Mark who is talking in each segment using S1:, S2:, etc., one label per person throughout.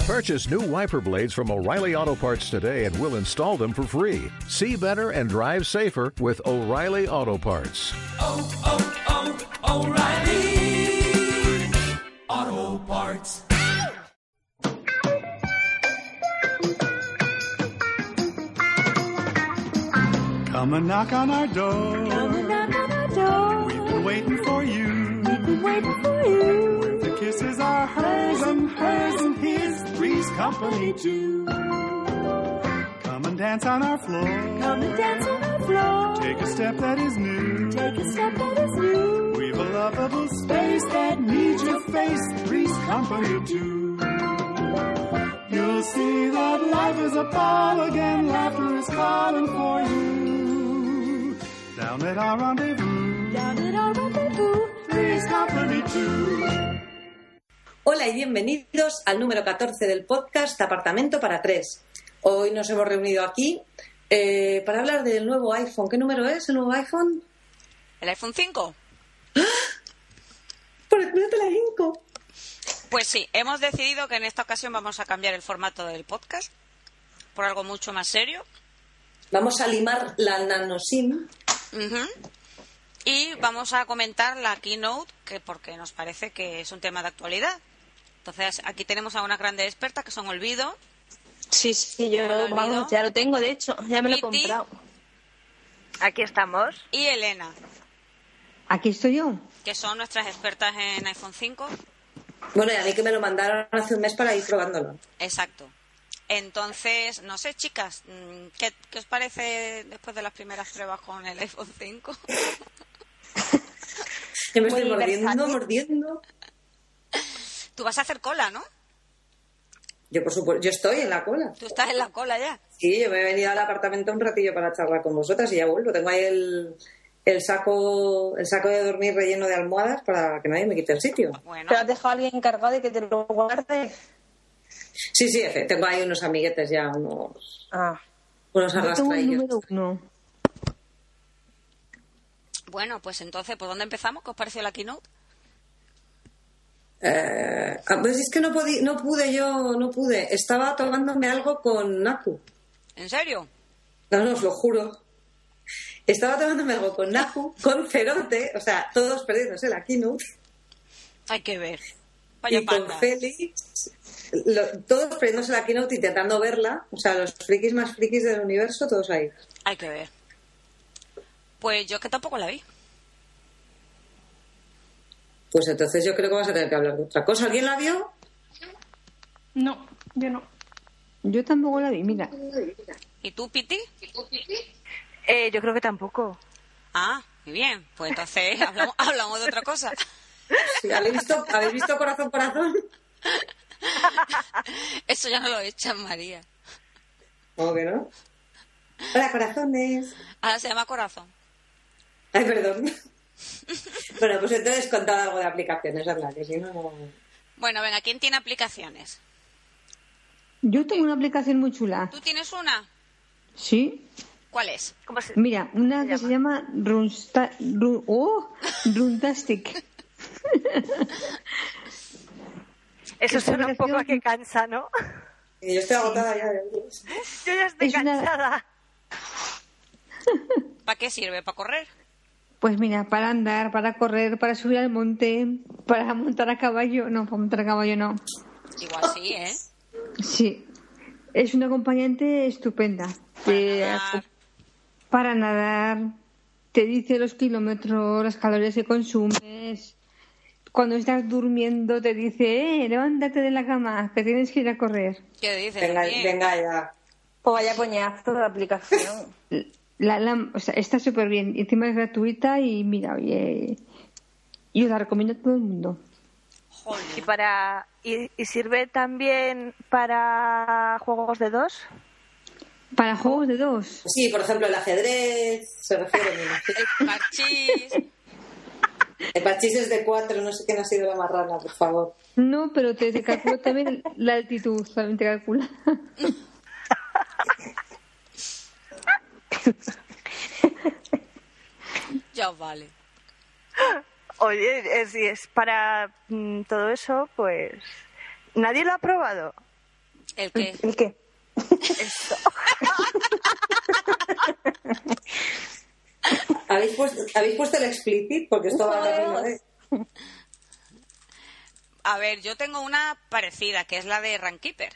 S1: Purchase new wiper blades from O'Reilly Auto Parts today and we'll install them for free. See better and drive safer with O'Reilly Auto Parts.
S2: oh, oh, O'Reilly Auto Parts.
S3: Come and knock on our door.
S4: Come and knock on our door.
S3: We've been waiting for you.
S4: Been waiting for you.
S3: The kisses are hers and hers and his. Three's company too. Come and dance on our floor.
S4: Come and dance on our floor.
S3: Take a step that is new.
S4: Take a step that is new.
S3: We've a lovable space that needs your face. Three's company too. You'll see that life is a ball again. Laughter is calling for you. Down at our rendezvous.
S4: Down at our rendezvous.
S3: Three's company too.
S5: Hola y bienvenidos al número 14 del podcast Apartamento para tres. Hoy nos hemos reunido aquí eh, para hablar del nuevo iPhone. ¿Qué número es el nuevo iPhone?
S6: ¿El iPhone 5?
S5: Por el culo te la hinco.
S6: Pues sí, hemos decidido que en esta ocasión vamos a cambiar el formato del podcast por algo mucho más serio.
S5: Vamos a limar la nanosim.
S6: Ujú. Y vamos a comentar la keynote, que porque nos parece que es un tema de actualidad. Entonces, aquí tenemos a una grande experta que son Olvido,
S7: Sí, sí, yo
S6: ¿Te lo olvidó?
S7: vamos, ya lo tengo, de hecho, ya me lo he
S6: ¿Y ti?
S7: comprado.
S8: Aquí estamos.
S6: y Elena,
S9: Aquí estoy yo.
S6: que son nuestras expertas en iPhone 5.
S5: Bueno, y a mí que me lo mandaron hace un mes para ir probándolo.
S6: Exacto. Entonces, no sé, chicas, mm, ¿qué, qué os parece después de las primeras pruebas con el iPhone 5?
S5: Yo me
S8: Muy
S5: estoy mordiendo,
S8: versátil.
S5: mordiendo.
S6: Tú vas a hacer cola, ¿no?
S5: Yo, por supuesto, yo estoy en la cola.
S6: Tú estás en la cola ya.
S5: Sí, yo me he venido al apartamento un ratillo para charlar con vosotras y ya vuelvo. Tengo ahí el, el saco el saco de dormir relleno de almohadas para que nadie me quite el sitio.
S6: Bueno,
S7: ¿Pero has dejado a alguien encargado de que te lo guarde?
S5: Sí, sí, efe, tengo ahí unos amiguetes ya, unos,
S7: Ah,
S5: unos
S9: Yo tengo el
S5: arrastraillos.
S9: número uno.
S6: Bueno, pues entonces, ¿por dónde empezamos? ¿Qué os pareció la keynote?
S5: Eh, ah, pues es que no, podí- no pude yo, no pude. Estaba tomándome algo con Naku.
S6: ¿En serio?
S5: No, no, os lo juro. Estaba tomándome algo con Naku, con Cerote, o sea, todos perdiéndose la keynote,
S6: Hay que ver. Vaya
S5: y con
S6: panda.
S5: Félix, lo- todos perdiéndose la keynote intentando verla, o sea, los frikis más frikis del universo, todos ahí.
S6: Hay que ver. Pues yo es que tampoco la vi.
S5: Pues entonces yo creo que vas a tener que hablar de otra cosa. ¿Alguien la vio?
S9: Yo tampoco la vi, mira.
S6: ¿Y tú, Piti?
S8: Eh, yo creo que tampoco.
S6: Ah, muy bien. Pues entonces hablamos, hablamos de otra cosa.
S5: Sí, ¿habéis, visto, ¿Habéis visto Corazón Corazón?
S6: Eso ya no lo echan, María.
S5: ¿Cómo que no? Hola, corazones.
S6: Ahora se llama Corazón.
S5: Ay, perdón. bueno, pues entonces contad algo de aplicaciones, habla, que si no... no-
S6: Bueno, venga, ¿quién tiene aplicaciones?
S9: Yo tengo una aplicación muy chula.
S6: ¿Tú tienes una?
S9: ¿Sí?
S6: ¿Cuál es?
S8: ¿Cómo se-
S9: Mira, una que se llama Runsta, Run- oh, Runtastic.
S8: Eso
S9: esta
S8: suena un poco a
S9: relación-
S8: que cansa, ¿no?
S5: Y Yo estoy agotada ya. de-
S8: Yo ya estoy
S9: Es una-
S8: cansada.
S6: ¿Para qué sirve? ¿Para correr?
S9: Pues mira, para andar, para correr, para subir al monte, para montar a caballo. No, para montar a caballo no.
S6: Igual sí, ¿eh?
S9: Sí. Es una acompañante estupenda. Te
S6: Ganar.
S9: aco- para nadar, te dice los kilómetros, las calorías que consumes. Cuando estás durmiendo te dice, eh, levántate de la cama, que tienes que ir a correr.
S6: ¿Qué dices?
S5: Venga,
S6: Bien.
S5: venga ya.
S7: pues vaya coñazo de aplicación.
S9: La, la- o sea, está súper bien, y encima es gratuita y mira, oye, yo la recomiendo a todo el mundo.
S8: Y
S6: Joder.
S8: para y, y sirve también para juegos de dos.
S9: Para juegos de dos,
S5: Sí, por ejemplo, el ajedrez, se refiere a
S6: El parchís.
S5: El parchís es de cuatro, no sé quién ha sido la marrana, por favor.
S9: no, pero te, te calculo también la altitud, solamente calcula.
S6: Ya os vale.
S8: Oye, eh, si es para mm, todo eso, pues nadie lo ha probado.
S6: ¿El qué?
S10: ¿El qué?
S5: ¿Habéis puesto, ¿habéis puesto el explicit? Porque esto va ¿eh? a dar una vez.
S6: A ver, yo tengo una parecida, que es la de Rankeeper.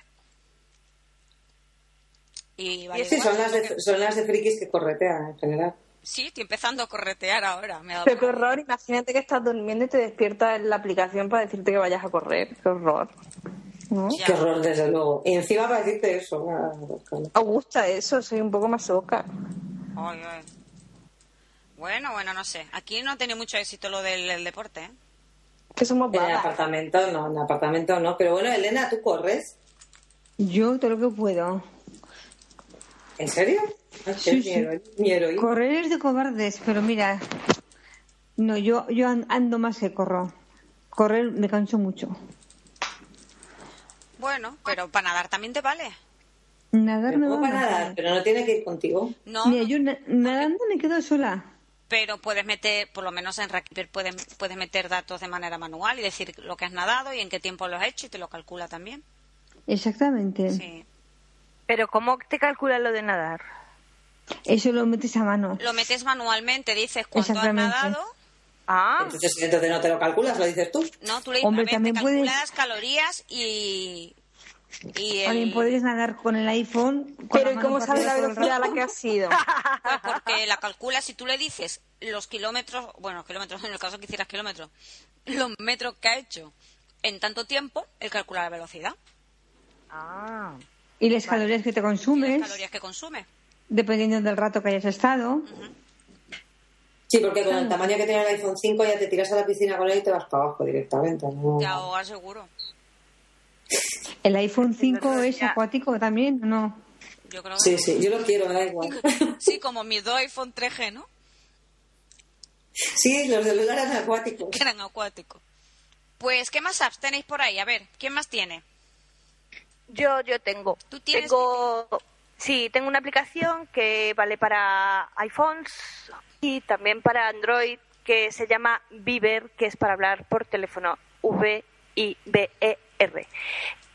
S6: Y vale,
S5: Sí,
S6: igual,
S5: son las,
S6: creo
S5: de,
S6: que-
S5: son las de frikis que corretean en general.
S6: Sí, estoy empezando a corretear ahora. Me ha dado
S10: Pero qué
S6: por-
S10: horror, imagínate que estás durmiendo y te despierta en la aplicación para decirte que vayas a correr. Qué horror. ¿No?
S6: Ya.
S5: Qué horror, desde luego. Y encima para decirte eso. nada, buscarlo.
S10: Augusta, eso, soy un poco más loca.
S6: Ay, ay. Bueno, bueno, no sé. Aquí no ha tenido mucho éxito lo del, del deporte. ¿eh?
S10: Que somos
S5: En el
S10: babas.
S5: apartamento no, en el apartamento no. Pero bueno, Elena, ¿tú corres?
S9: Yo todo lo que puedo.
S5: ¿En serio? Ay, qué
S9: Sí, sí.
S5: miedo, mi heroína.
S9: Correr es de cobardes, pero mira, no, yo, yo an- ando más que corro. Correr me canso mucho.
S6: Bueno, pero para nadar también te vale.
S9: Nadar
S5: Pero
S9: me
S5: ¿cómo
S9: va
S5: para
S9: mal.
S5: nadar? Pero no tiene que ir contigo.
S6: No,
S9: Mira, yo na- nadando me quedo sola.
S6: pero puedes meter, por lo menos en Rakiper puedes, puedes meter datos de manera manual y decir lo que has nadado y en qué tiempo lo has hecho y te lo calcula también.
S9: Exactamente.
S6: Sí.
S8: Pero ¿cómo te calcula lo de nadar?
S9: Eso lo metes a mano.
S6: Lo metes manualmente, dices cuánto has
S9: Exactamente.
S6: nadado.
S8: Ah,
S5: Entonces, entonces no te lo calculas, lo dices tú.
S6: No, tú le
S9: Hombre,
S6: a ver,
S9: también
S6: te
S9: puedes-
S6: calculas calorías y... y el-
S9: También podéis nadar con el iPhone. con
S10: Pero
S9: la
S10: ¿y
S9: mano
S10: cómo
S9: para
S10: sabes la
S9: arriba todo el
S10: velocidad a
S9: rato.
S10: la que has sido?
S6: Pues porque la calculas si tú le dices los kilómetros, bueno, kilómetros, en el caso que hicieras kilómetros, los metros que ha hecho en tanto tiempo, él calcula la velocidad
S8: ah.
S9: Y las calorías que te
S6: y las
S9: consumes,
S6: calorías que consume.
S9: dependiendo del rato que hayas estado.
S5: Sí, porque con el tamaño que tiene el iPhone 5 ya te tiras a la piscina con él y te vas para abajo directamente. ¿no?
S6: Te ahogas seguro.
S9: El iPhone 5
S8: no,
S9: es
S8: ya.
S9: acuático también, ¿o ¿no?
S6: Yo creo
S5: Sí, sí, yo lo quiero, me da igual.
S6: Sí, como mis dos iPhone 3G, ¿no?
S5: Sí, los de lugares acuáticos.
S6: Que eran acuáticos. Pues, ¿qué más apps tenéis por ahí? A ver, ¿quién más tiene?
S8: Yo, yo tengo.
S6: ¿Tú tienes
S8: Tengo... Sí, tengo una aplicación que vale para iPhones y también para Android que se llama Viber, que es para hablar por teléfono. V-I-B-E-R. E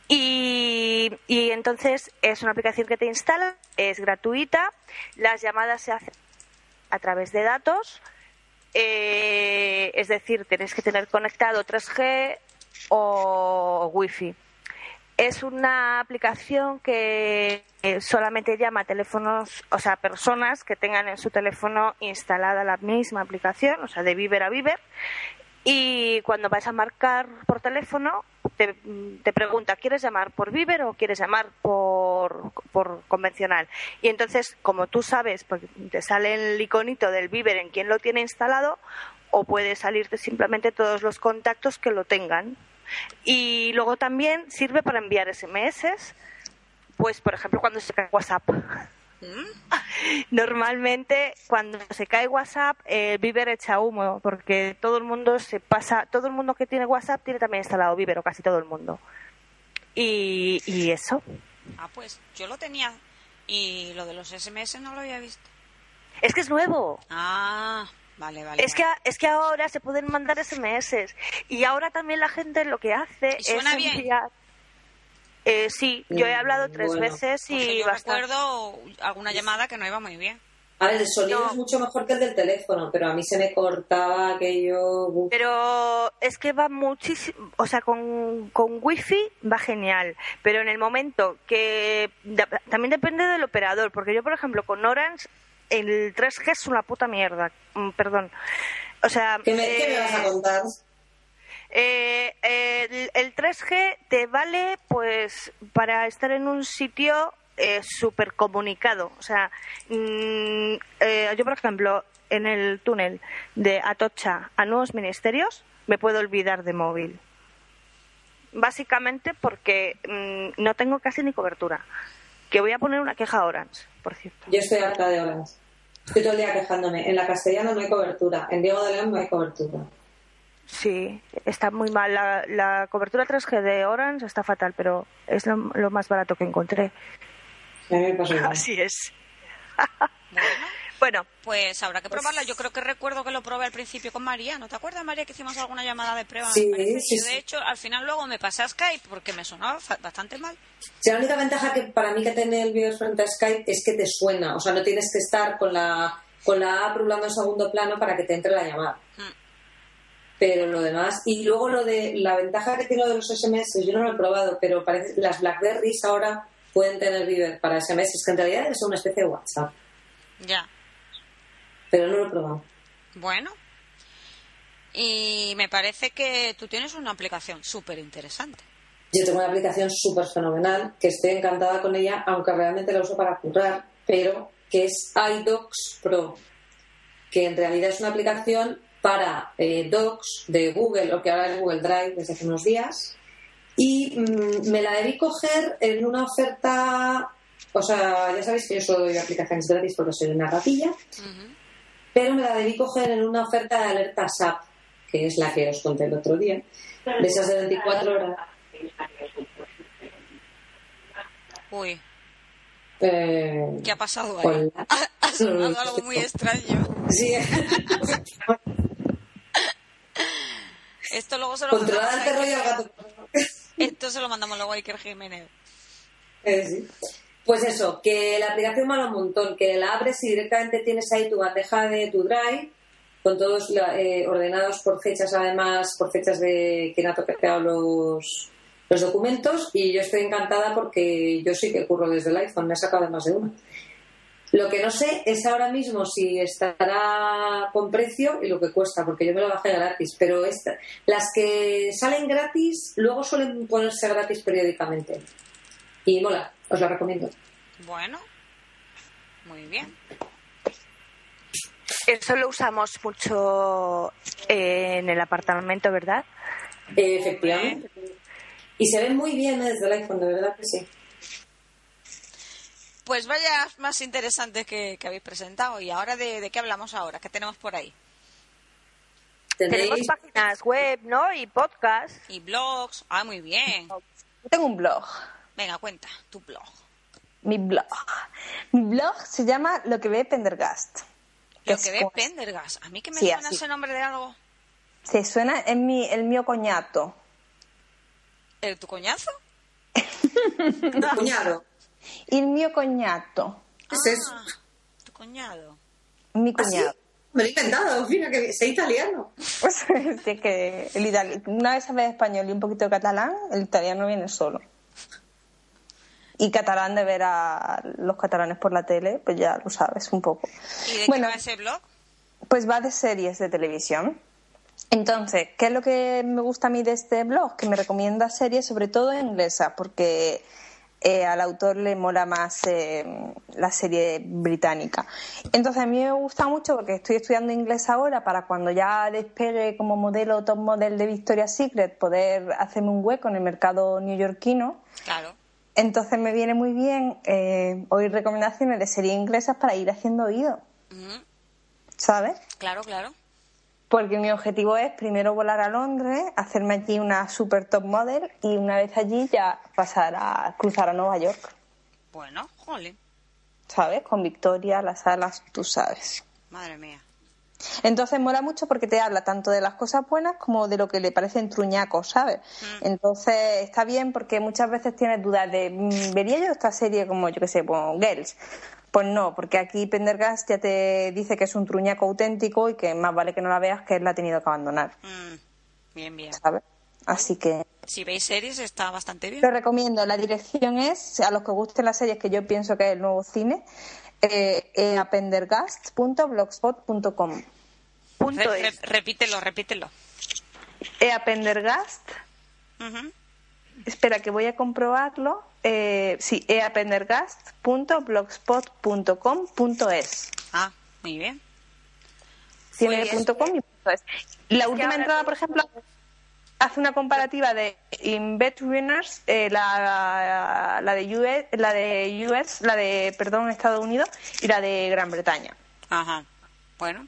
S8: Y, y entonces es una aplicación que te instala, es gratuita, las llamadas se hacen a través de datos, eh, es decir, tenés que tener conectado 3G o Wi-Fi. Es una aplicación que eh, solamente llama a teléfonos, o sea, personas que tengan en su teléfono instalada la misma aplicación, o sea, de Viver a Viver. Y cuando vas a marcar por teléfono, te, te pregunta, ¿quieres llamar por Viver o quieres llamar por, por convencional? Y entonces, como tú sabes, porque te sale el iconito del Viver en quien lo tiene instalado, o puede salirte simplemente todos los contactos que lo tengan. Y luego también sirve para enviar SMS, pues por ejemplo cuando se cae WhatsApp.
S6: ¿Mm?
S8: Normalmente cuando se cae WhatsApp, eh, Viber echa humo, porque todo el mundo se pasa, todo el mundo que tiene WhatsApp tiene también instalado Viber, o casi todo el mundo. Y, y eso.
S6: Ah, pues yo lo tenía y lo de los SMS no lo había visto.
S8: Es que es nuevo.
S6: Ah, vale, vale.
S8: Es que,
S6: vale.
S8: a- es que ahora se pueden mandar SMS y ahora también la gente lo que hace
S6: ¿Y suena
S8: es
S6: bien?
S8: enviar. Eh, sí, yo he
S5: Mm,
S8: hablado tres
S5: bueno.
S8: veces
S6: Porque
S8: y
S6: Pues yo
S8: bastante.
S6: recuerdo alguna llamada que no iba muy bien.
S5: A ver, el sonido
S8: No.
S5: es mucho mejor que el del teléfono, pero a mí se me cortaba aquello. uf.
S8: Pero es que va muchísimo, o sea, con, con wifi va genial, pero en el momento que da- también depende del operador, porque yo, por ejemplo, con Orange el 3G es una puta mierda, Mm, perdón. O sea,
S5: ¿Qué me, qué me
S8: eh,
S5: vas a contar?
S8: Eh, eh, el, el 3G te vale pues para estar en un sitio eh, súper comunicado. O sea, mm, eh, yo, por ejemplo, en el túnel de Atocha a Nuevos Ministerios me puedo olvidar de móvil. Básicamente porque mm, no tengo casi ni cobertura. Que voy a poner una queja a Orange, por cierto.
S5: Yo estoy harta de horas. Estoy todo el día quejándome. En la castellana no hay cobertura. En Diego de León no hay cobertura.
S8: Sí, está muy mal. La, la cobertura 3G de Orange está fatal, pero es lo- lo más barato que encontré.
S5: A mí me pasa igual.
S8: Así es.
S6: Bueno,
S4: Bueno,
S6: Pues habrá que probarla. Yo creo que recuerdo que lo probé al principio con María. ¿No te acuerdas, María, que hicimos alguna llamada de prueba? me
S5: Sí,
S6: parece?
S5: sí,
S6: Yo,
S5: sí.
S6: de hecho, al final luego me pasé a Skype porque me sonaba fa- bastante mal.
S5: Si la única ventaja que para mí que tiene el video frente a Skype es que te suena, o sea, no tienes que estar con la, con la app rulando en segundo plano para que te entre la llamada. Pero lo demás, y luego lo de la ventaja que tiene lo de los SMS, yo no lo he probado, pero parece las Blackberries ahora pueden tener Viber para SMS, que en realidad es una especie de WhatsApp,
S6: Ya.
S5: pero no lo he probado.
S6: Bueno. Y me parece que tú tienes una aplicación súper interesante.
S5: Yo tengo una aplicación súper fenomenal, que estoy encantada con ella, aunque realmente la uso para currar, pero que es iDocs Pro, que en realidad es una aplicación para eh, Docs de Google, o que ahora es Google Drive desde hace unos días, y mm, me la debí coger en una oferta, o sea, ya sabéis que yo solo doy aplicaciones gratis porque soy una ratilla, pero me la debí coger en una oferta de alerta SAP, que es la que os conté el otro día, de esas de 24 horas.
S6: Uy,
S5: Eh,
S6: ¿qué ha pasado ahí?
S5: Hola.
S6: Ha sonado algo muy extraño.
S5: Sí.
S6: Esto luego se lo
S5: Controlada al
S6: mandamos a
S5: perro y al
S6: Iker-
S5: gato.
S6: Esto se lo mandamos luego a Iker Jiménez.
S5: Eh, sí. Pues eso, que la aplicación mola un montón, que la abres y directamente tienes ahí tu bandeja de tu drive, con todos la- eh, ordenados por fechas, además, por fechas de quién ha toqueteado los, los documentos, y yo estoy encantada porque yo sí que curro desde el iPhone, me he sacado de más de una. Lo que no sé es ahora mismo si estará con precio y lo que cuesta, porque yo me lo bajé gratis, pero esta- las que salen gratis luego suelen ponerse gratis periódicamente. Y mola, os la recomiendo.
S6: Bueno, muy bien.
S4: eso lo usamos mucho eh, en el apartamento, ¿verdad?
S5: Eh, efectivamente. Y se ven muy bien desde el iPhone, de verdad que sí.
S6: Pues vaya más interesantes que, que habéis presentado. ¿Y ahora de, de qué hablamos ahora? ¿Qué tenemos por ahí?
S4: Tenemos
S5: ¿Tendréis?
S4: páginas web, ¿no? Y podcast.
S6: ¿Y blogs? Ah, muy bien.
S8: Yo tengo un blog.
S6: Venga, cuenta, tu blog.
S8: Mi blog. Mi blog se llama Lo que ve Pendergast.
S6: Lo
S8: Es
S6: que ve
S8: como-
S6: Pendergast. A mí que me
S8: Sí,
S6: suena
S8: así.
S6: ese nombre de algo.
S8: Se suena en mi, el mío coñato.
S6: ¿El tu coñazo?
S5: Cuñado.
S8: El mío coñato.
S5: ¿Qué es eso?
S6: Ah, Tu cuñado.
S8: Mi
S5: ¿Ah, sí?
S8: cuñado.
S5: Me lo he inventado, mira que sé italiano.
S8: Pues, es que el itali- una vez sabes español y un poquito de catalán, el italiano viene solo. Y catalán de ver a los catalanes por la tele, pues ya lo sabes un poco.
S6: ¿Y de
S8: Bueno,
S6: qué va ese blog?
S8: pues va de series de televisión. Entonces, ¿qué es lo que me gusta a mí de este blog? Que me recomienda series, sobre todo inglesas, porque eh, al autor le mola más eh, la serie británica. Entonces, a mí me gusta mucho porque estoy estudiando inglés ahora para cuando ya despere como modelo, top model de Victoria's Secret, poder hacerme un hueco en el mercado neoyorquino.
S6: Claro.
S8: Entonces, me viene muy bien eh, oír recomendaciones de series inglesas para ir haciendo oído,
S6: Mm,
S8: ¿sabes?
S6: claro, claro.
S8: Porque mi objetivo es primero volar a Londres, hacerme allí una super top model y una vez allí ya pasar a cruzar a Nueva York,
S6: Bueno, jolín.
S8: ¿sabes? Con Victoria, las alas, tú sabes.
S6: Madre mía.
S8: Entonces mola mucho porque te habla tanto de las cosas buenas como de lo que le parecen truñacos, ¿sabes? Entonces está bien porque muchas veces tienes dudas de, mm, ¿vería yo esta serie como, yo qué sé, como Girls? Pues no, porque aquí Pendergast ya te dice que es un truñaco auténtico y que más vale que no la veas que él la ha tenido que abandonar,
S6: Mm, bien, bien.
S8: ¿sabes? Así que
S6: Si veis series, está bastante bien.
S8: Lo recomiendo. La dirección es, a los que gusten las series, que yo pienso que es el nuevo cine, eh, eh, apendergast.blogspot.com.
S4: Punto
S6: Re-
S4: es.
S6: re- repítelo, repítelo.
S8: Eh, apendergast,
S6: Ujú.
S8: espera que voy a comprobarlo. Eh, sí, eapendergast.blogspot.com.es.
S6: Ah, muy bien.
S8: Tiene
S4: Pues-
S8: punto .com y punto .es. La última
S4: ahora
S8: entrada,
S4: todo
S8: por ejemplo, hace una comparativa de Invent Winners, eh, la, la de US, la de US, la de perdón Estados Unidos y la de Gran Bretaña.
S6: Ajá. Bueno.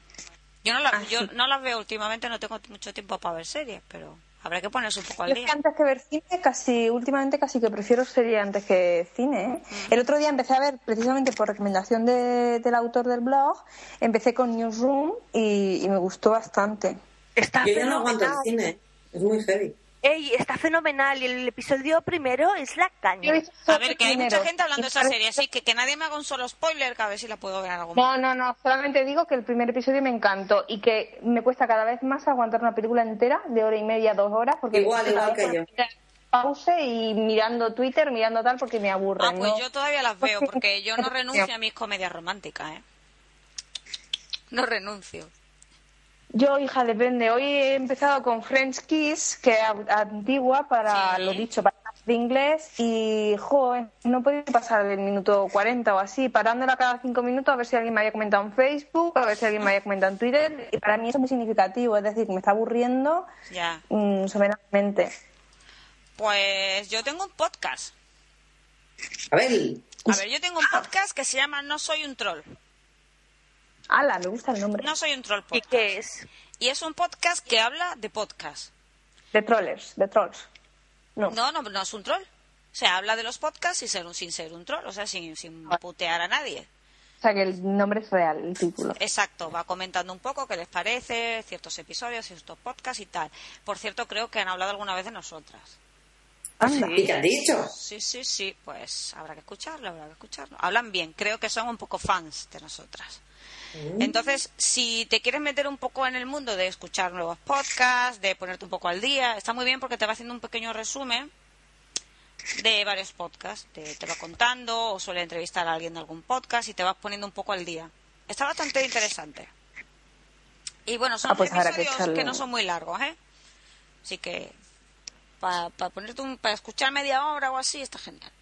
S6: Yo no, la,
S8: Así.
S6: yo no las veo últimamente, no tengo mucho tiempo para ver series, pero Habrá que ponerse un poco al
S8: Yo es que
S6: día.
S8: antes que ver cine, casi últimamente casi que prefiero serie antes que cine. ¿eh?
S6: Mm.
S8: El otro día empecé a ver, precisamente por recomendación de- del autor del blog, empecé con Newsroom y, y me gustó bastante.
S4: Está
S5: Yo ya no aguanto el
S4: fenomenal.
S5: cine. Es muy heavy.
S4: Ey, está fenomenal. Y el episodio primero es la
S8: Yo
S4: caña.
S8: he visto
S6: A
S8: solo
S6: ver,
S8: el
S6: que hay
S8: primero.
S6: mucha gente hablando de esa
S8: Y-
S6: serie, así que que nadie me haga un solo spoiler, que a ver si la puedo ver en algún momento.
S8: No, no, no, solamente digo que el primer episodio me encantó y que me cuesta cada vez más aguantar una película entera de hora y media, dos horas, porque
S5: Igual,
S8: cada
S5: igual
S8: vez
S5: que yo.
S8: pause y mirando Twitter, mirando tal, porque me aburre.
S6: Ah, pues yo todavía las veo, porque yo no renuncio
S8: renuncié.
S6: a mis comedias románticas, ¿eh? No renuncio.
S8: Yo, hija, depende. Hoy he empezado con French Kiss, que es antigua para
S6: Sí.
S8: lo dicho, para clases de inglés, y joven, no podía pasar del minuto 40 o así, parándola cada cinco minutos a ver si alguien me había comentado en Facebook, a ver si alguien me había comentado en Twitter, y para mí eso es muy significativo, es decir, me está aburriendo
S6: Ya.
S8: mm, soberanamente.
S6: Pues yo tengo un podcast.
S5: A ver,
S6: A ver, yo tengo un podcast que se llama No soy un troll.
S8: Ala, me gusta el nombre.
S6: No soy un troll
S4: ¿Y
S6: podcast.
S4: qué es?
S6: Y es un podcast que habla de podcast.
S8: De trollers, de trolls. No.
S6: No, no, no es un troll. O sea, habla de los podcasts sin ser un, sin ser un troll, o sea, sin, sin putear a nadie.
S8: O sea, que el nombre es real, el título.
S6: Exacto, va comentando un poco qué les parece, ciertos episodios, ciertos podcasts y tal. Por cierto, creo que han hablado alguna vez de nosotras.
S8: Anda.
S5: ¿y qué han dicho?
S6: Sí, sí, sí, pues habrá que escucharlo, habrá que escucharlo. Hablan bien, creo que son un poco fans de nosotras. Entonces, si te quieres meter un poco en el mundo de escuchar nuevos podcasts, de ponerte un poco al día, está muy bien porque te va haciendo un pequeño resumen de varios podcasts. Te, te va contando o suele entrevistar a alguien de algún podcast y te vas poniendo un poco al día. Está bastante interesante. Y bueno, son
S8: Ah, pues habrá que
S6: episodios que,
S8: echarle-
S6: no son muy largos, ¿eh? Así que para ponerte un, para escuchar media hora o así está genial.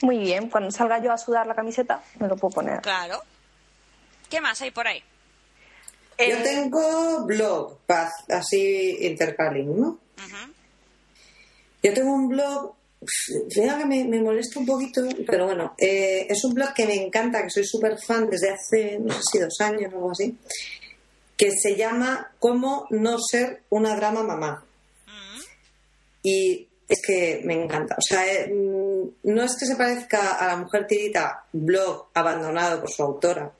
S8: Muy bien, cuando salga yo a sudar la camiseta, me lo puedo poner.
S6: Claro. ¿Qué más hay por ahí?
S5: Yo tengo blog, paz, así intercaling, ¿no? Yo tengo un blog, veo que me, me molesta un poquito, pero bueno, eh, es un blog que me encanta, que soy súper fan desde hace, no sé si dos años o algo así, que se llama Cómo no ser una drama mamá. Y es que me encanta. O sea, eh, mm, no es que se parezca a La Mujer Tirita, blog abandonado por su autora,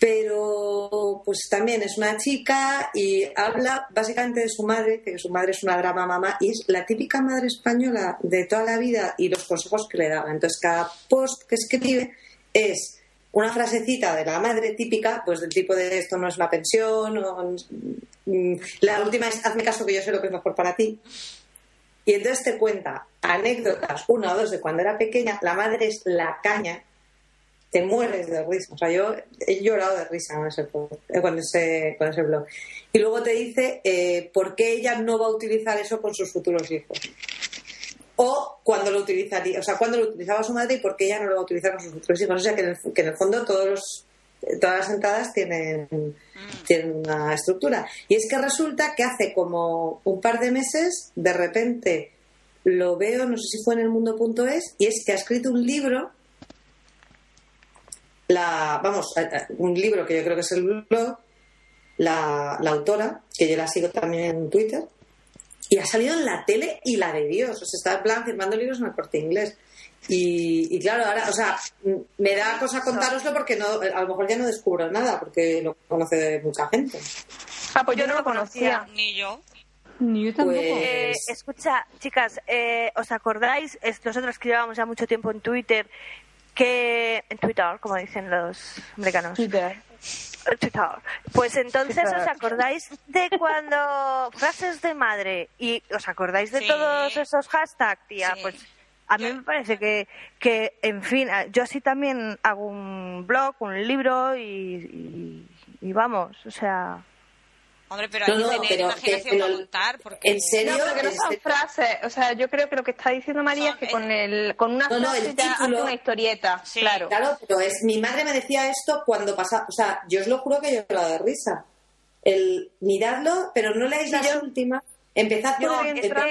S5: pero pues también es una chica y habla básicamente de su madre, que su madre es una drama mamá y es la típica madre española de toda la vida y los consejos que le daba. Entonces cada post que escribe es una frasecita de la madre típica, pues del tipo de esto no es una pensión, o, mm, la última es hazme caso que yo sé lo que es mejor para ti. Y entonces te cuenta anécdotas, una o dos de cuando era pequeña, la madre es la caña, te mueres de risa. O sea, yo he llorado de risa con ese, po- eh, con ese, con ese blog. Y luego te dice eh, por qué ella no va a utilizar eso con sus futuros hijos. O cuando lo utilizaría, o sea, cuando lo utilizaba su madre y por qué ella no lo va a utilizar con sus futuros hijos. O sea, que en el, que en el fondo todos los- eh, todas las entradas tienen, tienen una estructura. Y es que resulta que hace como un par de meses, de repente lo veo, no sé si fue en el mundo.es, y es que ha escrito un libro la, vamos, a- a- un libro que yo creo que es el blog, la, la autora, que yo la sigo también en Twitter, y ha salido en la tele y la de Dios, o sea, está en plan firmando libros en el corte inglés. Y, y claro, ahora, o sea, m- me da cosa contároslo porque no, a lo mejor ya no descubro nada, porque lo conoce mucha gente.
S8: Ah, pues yo, no lo conocía.
S6: Ni yo.
S9: Ni yo tampoco.
S5: Pues-
S4: Eh,
S5: Es-
S4: escucha, chicas, eh, ¿os acordáis? Es- nosotros que llevábamos ya mucho tiempo en Twitter, que. En Twitter, como dicen los americanos.
S8: Twitter.
S4: Twitter. Pues entonces
S8: Twitter.
S4: os acordáis de cuando frases de madre y os acordáis de
S6: Sí.
S4: todos esos hashtags, tía.
S6: Sí.
S4: Pues a mí
S6: Yo-
S4: me parece que, que, en fin, a- yo así también hago un blog, un libro y, y- y vamos, o sea.
S6: Hombre, pero hay
S5: No, no,
S6: que tener
S5: pero que-
S6: imaginación
S5: pero-
S6: para contar, porque...
S5: ¿En serio?
S8: No, pero que no
S5: ¿En
S8: son
S5: serio?
S8: frases. O sea, yo creo que lo que está diciendo María
S6: Son-
S8: es que con, el, con una
S5: No, no,
S8: frase
S5: el
S8: ya hace
S5: título-
S8: una historieta.
S6: Sí.
S8: Claro.
S5: Claro, pero es mi madre me decía esto cuando pasaba, o sea, yo os lo juro que yo he llorado de risa. El miradlo, pero no leáis las últimas, empezad por
S4: No,
S5: el-
S4: es, que,
S5: empezad-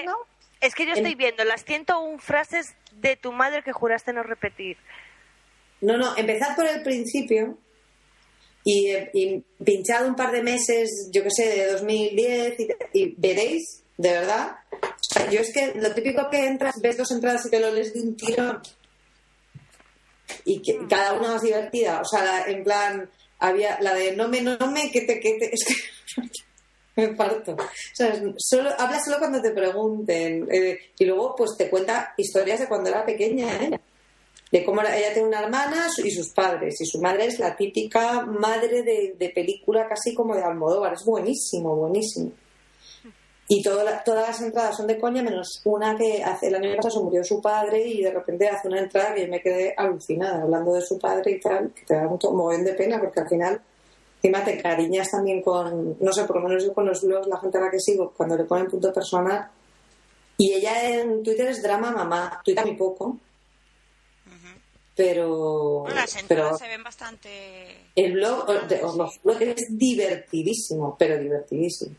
S4: es que yo estoy viendo las 101 frases de tu madre que juraste no repetir.
S5: No, no, empezad por el principio y, y pinchad un par de meses, yo qué sé, de 2010 y, y veréis, de verdad. O sea, Yo es que lo típico que entras, ves dos entradas y te lo lees de un tirón y que, cada una más divertida. O sea, la- en plan, había la de no me, no me, que te, que te. Es que me parto. O sea, es- solo, habla solo cuando te pregunten. eh, y luego, pues te cuenta historias de cuando era pequeña ¿eh? ella. De cómo era- ella tiene una hermana su- y sus padres. Y su madre es la típica madre de, de película, casi como de Almodóvar. Es buenísimo, buenísimo. Y todo la- todas las entradas son de coña, menos una que hace el año pasado se murió su padre y de repente hace una entrada que yo me quedé alucinada hablando de su padre y tal, que te da un montón de pena porque al final encima te cariñas también con, no sé, por lo menos yo con los blogs, la gente a la que sigo, cuando le ponen punto personal. Y ella en Twitter es drama mamá, Twitter muy poco. Pero,
S6: Bueno, las
S5: pero
S6: entradas se ven bastante...
S5: el blog, os, te- os lo juro que es divertidísimo, pero divertidísimo.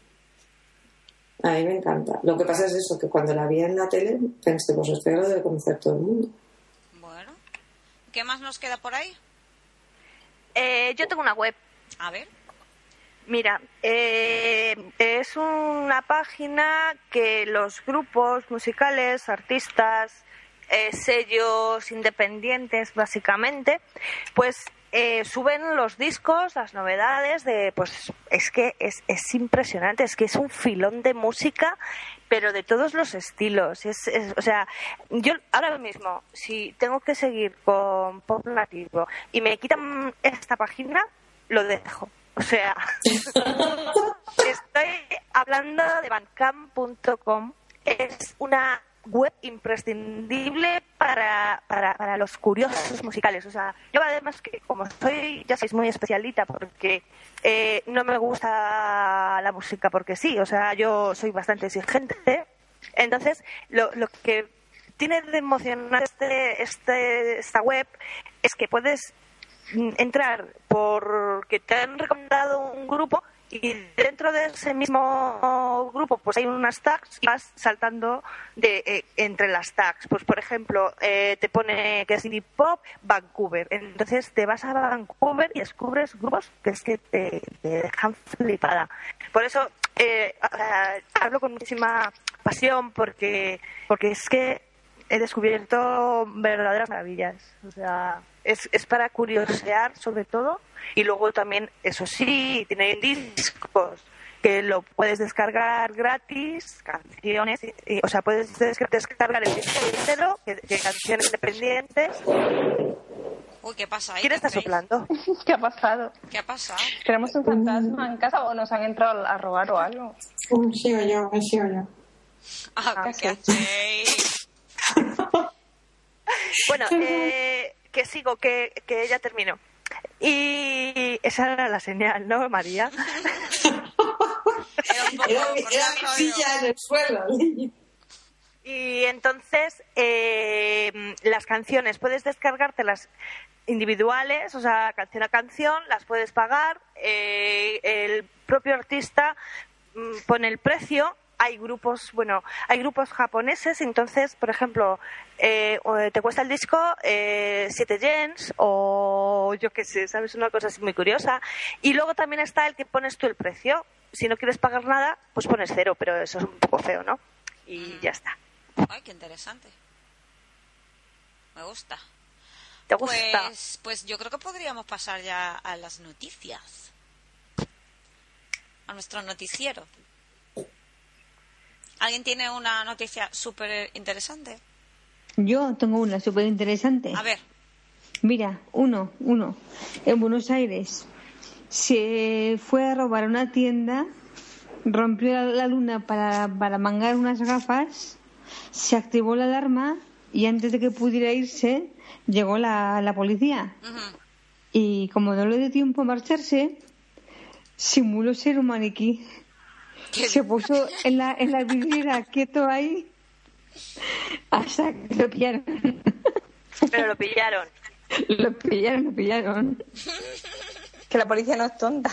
S5: A mí me encanta. Lo que pasa es eso, que cuando la vi en la tele pensé, pues esto ya lo debe conocer todo el mundo.
S6: Bueno. ¿Qué más nos queda por ahí?
S4: Eh, yo tengo una web.
S6: A ver.
S4: Mira, eh, es una página que los grupos musicales, artistas, eh, sellos independientes, básicamente, pues eh, suben los discos, las novedades de, pues es que es, es impresionante, es que es un filón de música, pero de todos los estilos. Es, es- o sea, yo ahora mismo, si tengo que seguir con pop nativo y me quitan esta página, lo dejo. O sea, estoy hablando de bandcamp.com. Es una web imprescindible para, para, para los curiosos musicales. O sea, yo además que como soy, ya sois muy especialita porque eh, no me gusta la música porque sí. O sea, yo soy bastante exigente. Entonces, lo, lo que tiene de emocionante este, este, esta web es que puedes mm, entrar porque te han recomendado un grupo y dentro de ese mismo grupo pues hay unas tags y vas saltando de eh, entre las tags pues por ejemplo eh, te pone que es indie pop Vancouver entonces te vas a Vancouver y descubres grupos que es que te, te dejan flipada por eso eh, ah, hablo con muchísima pasión porque porque es que he descubierto verdaderas maravillas. O sea, es, es para curiosear sobre todo y luego también, eso sí, tienen discos que lo puedes descargar gratis, canciones, y- y- o sea, puedes desca- descargar el disco entero de, de canciones independientes.
S6: Uy, ¿qué pasa ahí?
S4: ¿Quién está
S6: ¿Qué creéis?
S4: soplando?
S8: ¿Qué ha pasado?
S6: ¿Qué ha pasado?
S8: ¿Tenemos un fantasma en casa o nos han entrado a robar o algo?
S5: Sí o yo, sí o yo.
S4: Ah,
S6: A ver, Ah, ¿qué
S8: ¿qué
S6: hacéis?
S4: Bueno, eh, que sigo, que, que ya termino. Y esa era la señal, ¿no, María?
S6: Era un poco
S5: Era, mi-
S6: cortar
S5: era mi
S6: rollo.
S5: silla en el suelo.
S4: Y entonces eh, las canciones puedes descargártelas individuales, o sea, canción a canción, las puedes pagar, eh, el propio artista mm, pone el precio. Hay grupos, bueno, hay grupos japoneses, entonces, por ejemplo, eh, o, eh, te cuesta el disco eh, 7 yens o yo qué sé, ¿sabes? Una cosa así muy curiosa. Y luego también está el que pones tú el precio. Si no quieres pagar nada, pues pones cero, pero eso es un poco feo, ¿no? y ya está.
S6: Ay, qué interesante. Me gusta.
S4: ¿Te gusta?
S6: Pues, pues yo creo que podríamos pasar ya a las noticias. A nuestro noticiero. ¿Alguien tiene una noticia súper interesante?
S9: Yo tengo una súper interesante.
S6: A ver,
S9: Mira, uno, uno. En Buenos Aires se fue a robar una tienda, rompió la, la luna para, para mangar unas gafas, se activó la alarma y antes de que pudiera irse llegó la, la policía.
S6: ujú,
S9: Y como no le dio tiempo a marcharse, simuló ser un maniquí. Se puso en la, en la vidriera quieto ahí hasta que lo pillaron.
S4: Pues, Pero lo pillaron.
S9: Lo pillaron, lo pillaron.
S8: Que la policía no es tonta.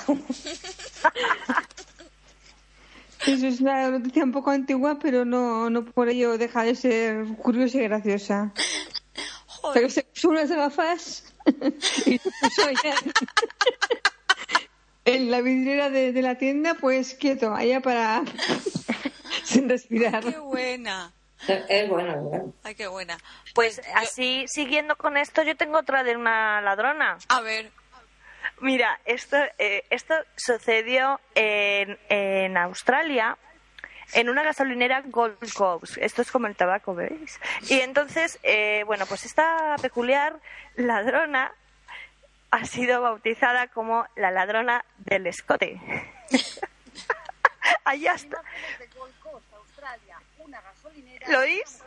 S9: Eso es una noticia un poco antigua, pero no, no por ello deja de ser curiosa y graciosa. Pero se puso unas gafas y se puso allá. en la vidriera de, de la tienda, pues quieto, allá para sin respirar.
S6: ¡Qué buena!
S5: Es bueno, es bueno.
S6: ¡Ay, qué buena!
S4: Pues así, siguiendo con esto, yo tengo otra de una ladrona.
S6: A ver,
S4: Mira, esto, eh, esto sucedió en, en Australia, en una gasolinera Gold Coast. Esto es como el tabaco, ¿veis? Y entonces, eh, bueno, pues esta peculiar ladrona ha sido bautizada como la ladrona del escote. Allá está. ¿Lo oís?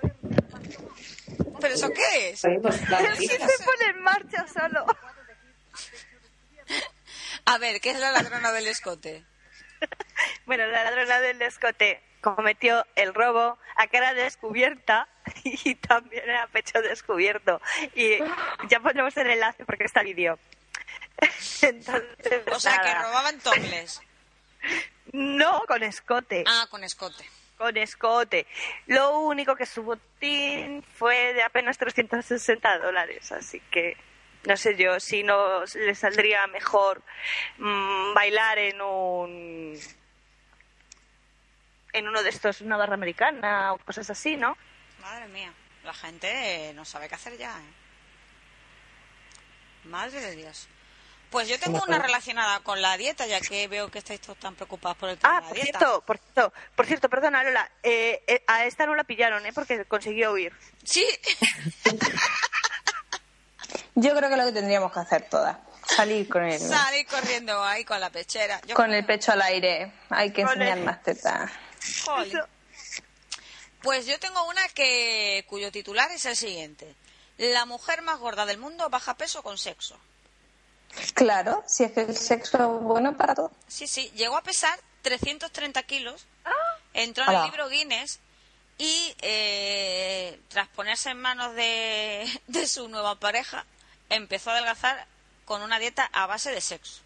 S6: ¿pero eso qué es?
S5: Oye, pues, la
S4: Sí,
S5: pizza.
S4: se pone en marcha solo.
S6: A ver, ¿qué es la ladrona del escote?
S4: Bueno, la ladrona del escote cometió el robo a cara descubierta y también a pecho descubierto. Y ya pondremos el enlace porque está el vídeo. Entonces,
S6: O sea, que
S4: nada.
S6: robaban tobles.
S4: No, con escote,
S6: Ah, con escote.
S4: con escote. Lo único que su botín fue de apenas 360 dólares, así que no sé yo si no le saldría mejor mm, bailar en un en uno de estos una barra americana o cosas así, ¿no?
S6: Madre mía, la gente eh, no sabe qué hacer ya. ¿eh? Madre de Dios. Pues yo tengo una relacionada con la dieta, ya que veo que estáis todos tan preocupados por el tema
S4: Ah,
S6: de la
S4: por
S6: dieta.
S4: cierto, por cierto, por cierto, perdona Lola, eh, eh, a esta no la pillaron, ¿eh? Porque consiguió huir.
S6: Sí,
S8: Yo creo que es lo que tendríamos que hacer todas, salir con el,
S6: salí corriendo ahí con la pechera. Yo-
S8: con el pecho al aire. Hay que
S4: Con el-
S8: enseñar más tetas.
S6: Jolín.
S4: Eso-
S6: Pues yo tengo una que cuyo titular es el siguiente. La mujer más gorda del mundo baja peso con sexo.
S8: Claro, si es que el sexo es bueno para todo.
S6: Sí, sí, llegó a pesar 330 kilos, entró en
S8: Ah. Ala.
S6: el libro Guinness y eh, tras ponerse en manos de, de su nueva pareja, empezó a adelgazar con una dieta a base de sexo.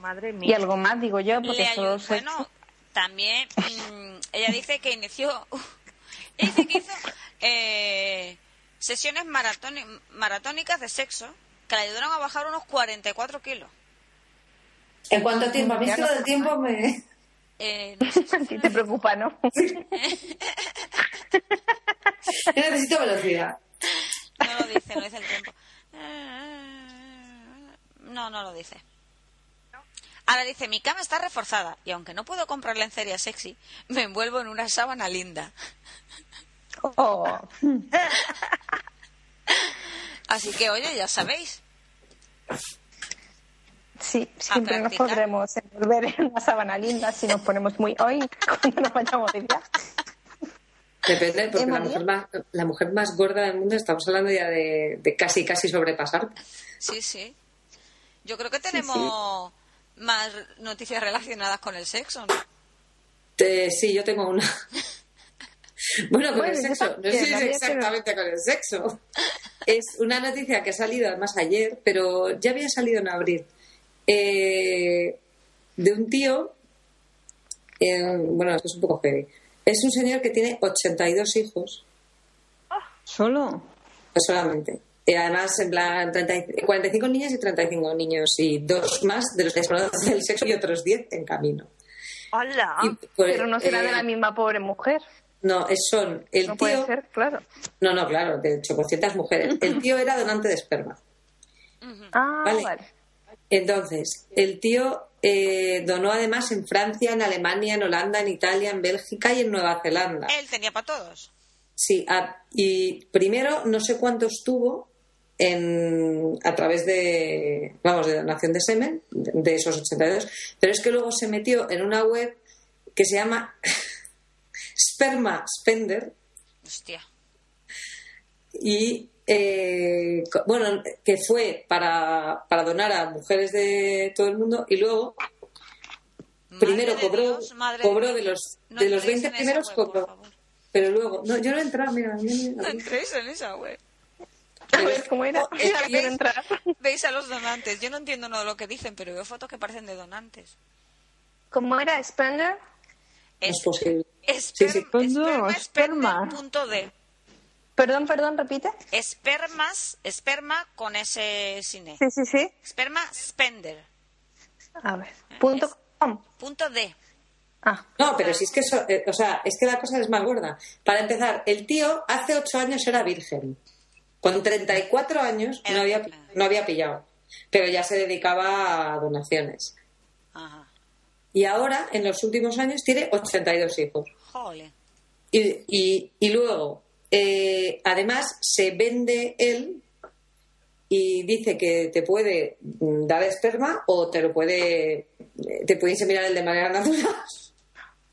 S4: Madre mía.
S8: Y algo más, digo yo, Ah, porque
S6: Le
S8: solo
S6: ayudó,
S8: sexo...
S6: bueno, también mm, ella dice que inició, ella dice que hizo eh, sesiones maratoni- maratónicas de sexo que le ayudaron a bajar unos 44 kilos.
S5: ¿En cuánto tiempo? A mí esto del tiempo me...
S6: Eh, no sé si
S8: A ti te preocupa, ¿no?
S5: Yo necesito velocidad.
S6: No lo dice, no dice el tiempo. No, no lo dice. Ahora dice, mi cama está reforzada y aunque no puedo comprar lencería sexy, me envuelvo en una sábana linda.
S8: Oh,
S6: Así que, oye, ya sabéis.
S8: sí, siempre nos
S6: practicar.
S8: podremos envolver en una sábana linda si nos ponemos muy hoy cuando nos vayamos de viaje.
S5: Depende, porque
S8: ¿Eh,
S5: la
S8: María?
S5: mujer, más, la mujer más gorda del mundo, estamos hablando ya de, de casi, casi sobrepasar.
S6: Sí, sí. Yo creo que tenemos más noticias relacionadas con el sexo, ¿no?
S5: Eh, sí, yo tengo una. Bueno, con
S8: Bueno,
S5: el
S8: yo
S5: sexo. No
S8: también,
S5: sé si es
S8: también tengo-
S5: exactamente con el sexo. Es una noticia que ha salido además ayer, pero ya había salido en abril. Eh, de un tío. eh, bueno, esto es un poco heavy. Es un señor que tiene 82 hijos.
S9: Solo.
S5: Pues solamente. Y además, en plan, 30 y- 45 niñas y 35 niños, y dos más de los desconocidos del sexo y otros 10 en camino.
S4: Hola.
S5: Y, pues,
S8: Ah, Pero no será
S5: eh,
S8: de la misma pobre mujer.
S5: No, es- son el
S8: No puede
S5: tío.
S8: ser, claro.
S5: No, no, claro, de hecho, por ciertas mujeres. El tío era donante de esperma.
S8: Ah,
S5: Vale.
S8: vale.
S5: Entonces, el tío eh, donó además en Francia, en Alemania, en Holanda, en Italia, en Bélgica y en Nueva Zelanda.
S6: Él tenía para todos.
S5: Sí, a- y primero no sé cuántos tuvo en, a través de, vamos, de donación de semen, de, de esos 82, pero es que luego se metió en una web que se llama Sperma Spender
S6: Hostia.
S5: y, eh, co- bueno, que fue para, para donar a mujeres de todo el mundo y luego
S6: Madre
S5: primero
S6: de
S5: cobró,
S6: Dios, madre de
S5: cobró
S6: Dios.
S5: de los,
S6: No
S5: de los
S6: entréis
S5: 20
S6: en esa
S5: primeros
S6: web, por
S5: cobró,
S6: favor.
S5: pero luego, no, yo no he entrado, mira, mira, mira.
S6: No entréis en esa web.
S8: A ver, ¿cómo era?
S5: Es que-
S8: Quiero entrar.
S6: Veis a los donantes. Yo no entiendo nada de lo que dicen, pero veo fotos que parecen de donantes.
S8: ¿Cómo era
S5: no
S8: Spender?
S5: es posible. Sí, sí.
S9: Esperma, esperma.
S6: esperma.d.
S8: Perdón, perdón, repite.
S6: Espermas, esperma con ese cine.
S8: Sí, sí, sí.
S6: Esperma spender.
S8: A ver. Punto com.
S6: Punto D.
S8: Ah,
S5: No, pero si es que eso, eh, o sea, es que la cosa es más gorda. Para empezar, el tío hace ocho años era virgen. Con 34 años no había, no había pillado, pero ya se dedicaba a donaciones.
S6: Ajá.
S5: Y ahora, en los últimos años, tiene 82 hijos.
S6: Jole.
S5: Y, y- y luego, eh, además, se vende él y dice que te puede mm, dar esperma o te lo puede, eh, te puede inseminar él de manera natural.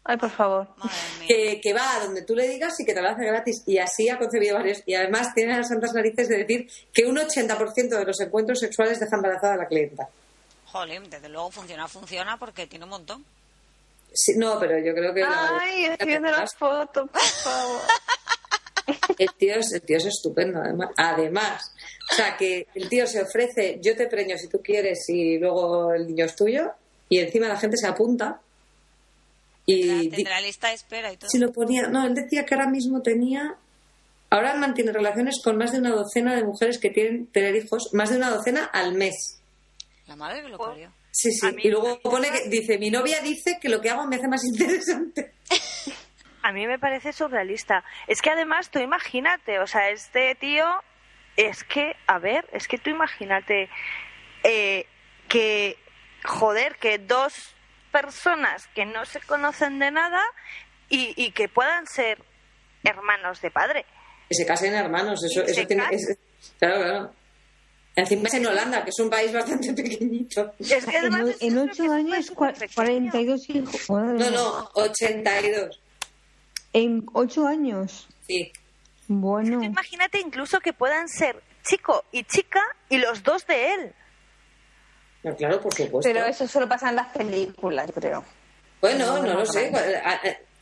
S8: ay, por favor.
S6: Madre mía.
S5: que, que va a donde tú le digas y que te lo hace gratis. Y así ha concebido varios. Y además tiene las santas narices de decir que un 80% de los encuentros sexuales deja embarazada a la clienta.
S6: Jole, desde luego funciona, funciona porque tiene un montón.
S5: Sí, no, pero yo creo que... la-
S8: Ay, estoy viendo las fotos, por favor.
S5: el, tío es, el tío es estupendo, además. Además, o sea, que el tío se ofrece, yo te preño si tú quieres y luego el niño es tuyo. Y encima la gente se apunta. Y
S6: Tendrá,
S5: di-
S6: tendrá lista de espera y todo.
S5: si lo ponía. No, él decía que ahora mismo tenía. Ahora mantiene relaciones con más de una docena de mujeres que tienen tener hijos, más de una docena al mes.
S6: La madre que lo
S4: Pues-
S6: parió.
S5: Sí, sí.
S4: A mí-
S5: Y luego pone que dice, mi novia dice que lo que hago me hace más interesante.
S4: A mí me parece surrealista. Es que además, tú imagínate, o sea, este tío, es que, a ver, es que tú imagínate eh, que, joder, que dos personas que no se conocen de nada y, y que puedan ser hermanos de padre.
S5: Que se casen hermanos, eso,
S4: Y se
S5: eso tiene...
S4: casan.
S5: es- claro, claro. Encima es en Holanda, que es un país bastante pequeñito.
S4: Es que
S9: En,
S4: además
S9: o-
S4: es
S9: en
S4: eso, que
S9: ocho
S4: es
S9: años,
S4: súper,
S9: cua-
S4: súper pequeño.
S9: 42 hijos. Madre
S5: No,
S9: mía.
S5: no, 82.
S9: En ocho años.
S5: Sí.
S9: Bueno,
S4: Tú imagínate incluso que puedan ser chico y chica y los dos de él.
S5: No, claro, por supuesto.
S8: Pero eso solo pasa en las películas, yo creo.
S5: Bueno, no lo sé.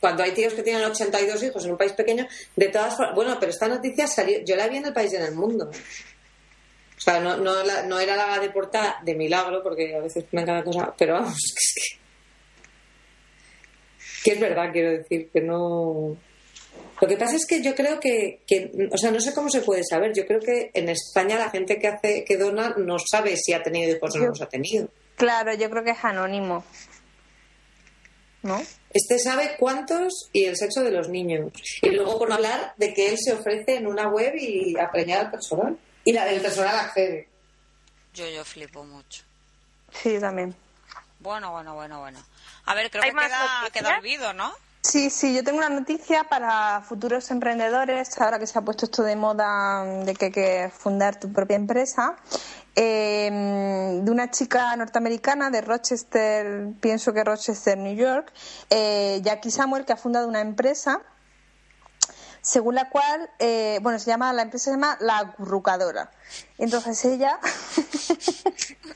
S5: Cuando hay tíos que tienen 82 hijos en un país pequeño, de todas formas. Bueno, pero esta noticia salió. Yo la vi en el país y en el mundo. O sea, no, no, la- no era la de portada de milagro, porque a veces me encanta cosa. Pero vamos, que es que. Que es verdad, quiero decir, que no. Lo que pasa es que yo creo que, que- O sea, no sé cómo se puede saber. Yo creo que en España la gente que hace que dona no sabe si ha tenido hijos o no los ha tenido.
S8: Claro, yo creo que es anónimo. ¿No?
S5: Este sabe cuántos y el sexo de los niños. Y luego por no hablar de que él se ofrece en una web y apreñar al personal. Y la del personal accede.
S6: Yo, yo flipo mucho.
S8: Sí, yo también.
S6: Bueno, bueno, bueno, bueno. A ver, creo
S4: ¿Hay
S6: que
S4: más
S6: queda,
S4: noticias?
S6: queda olvido, ¿no?
S8: Sí, sí, yo tengo una noticia para futuros emprendedores, ahora que se ha puesto esto de moda mm, de que hay que fundar tu propia empresa, eh, mm, de una chica norteamericana de Rochester, pienso que Rochester, New York, eh, Jackie Samuel, que ha fundado una empresa según la cual, eh, bueno, se llama, la empresa se llama La Acurrucadora. Entonces ella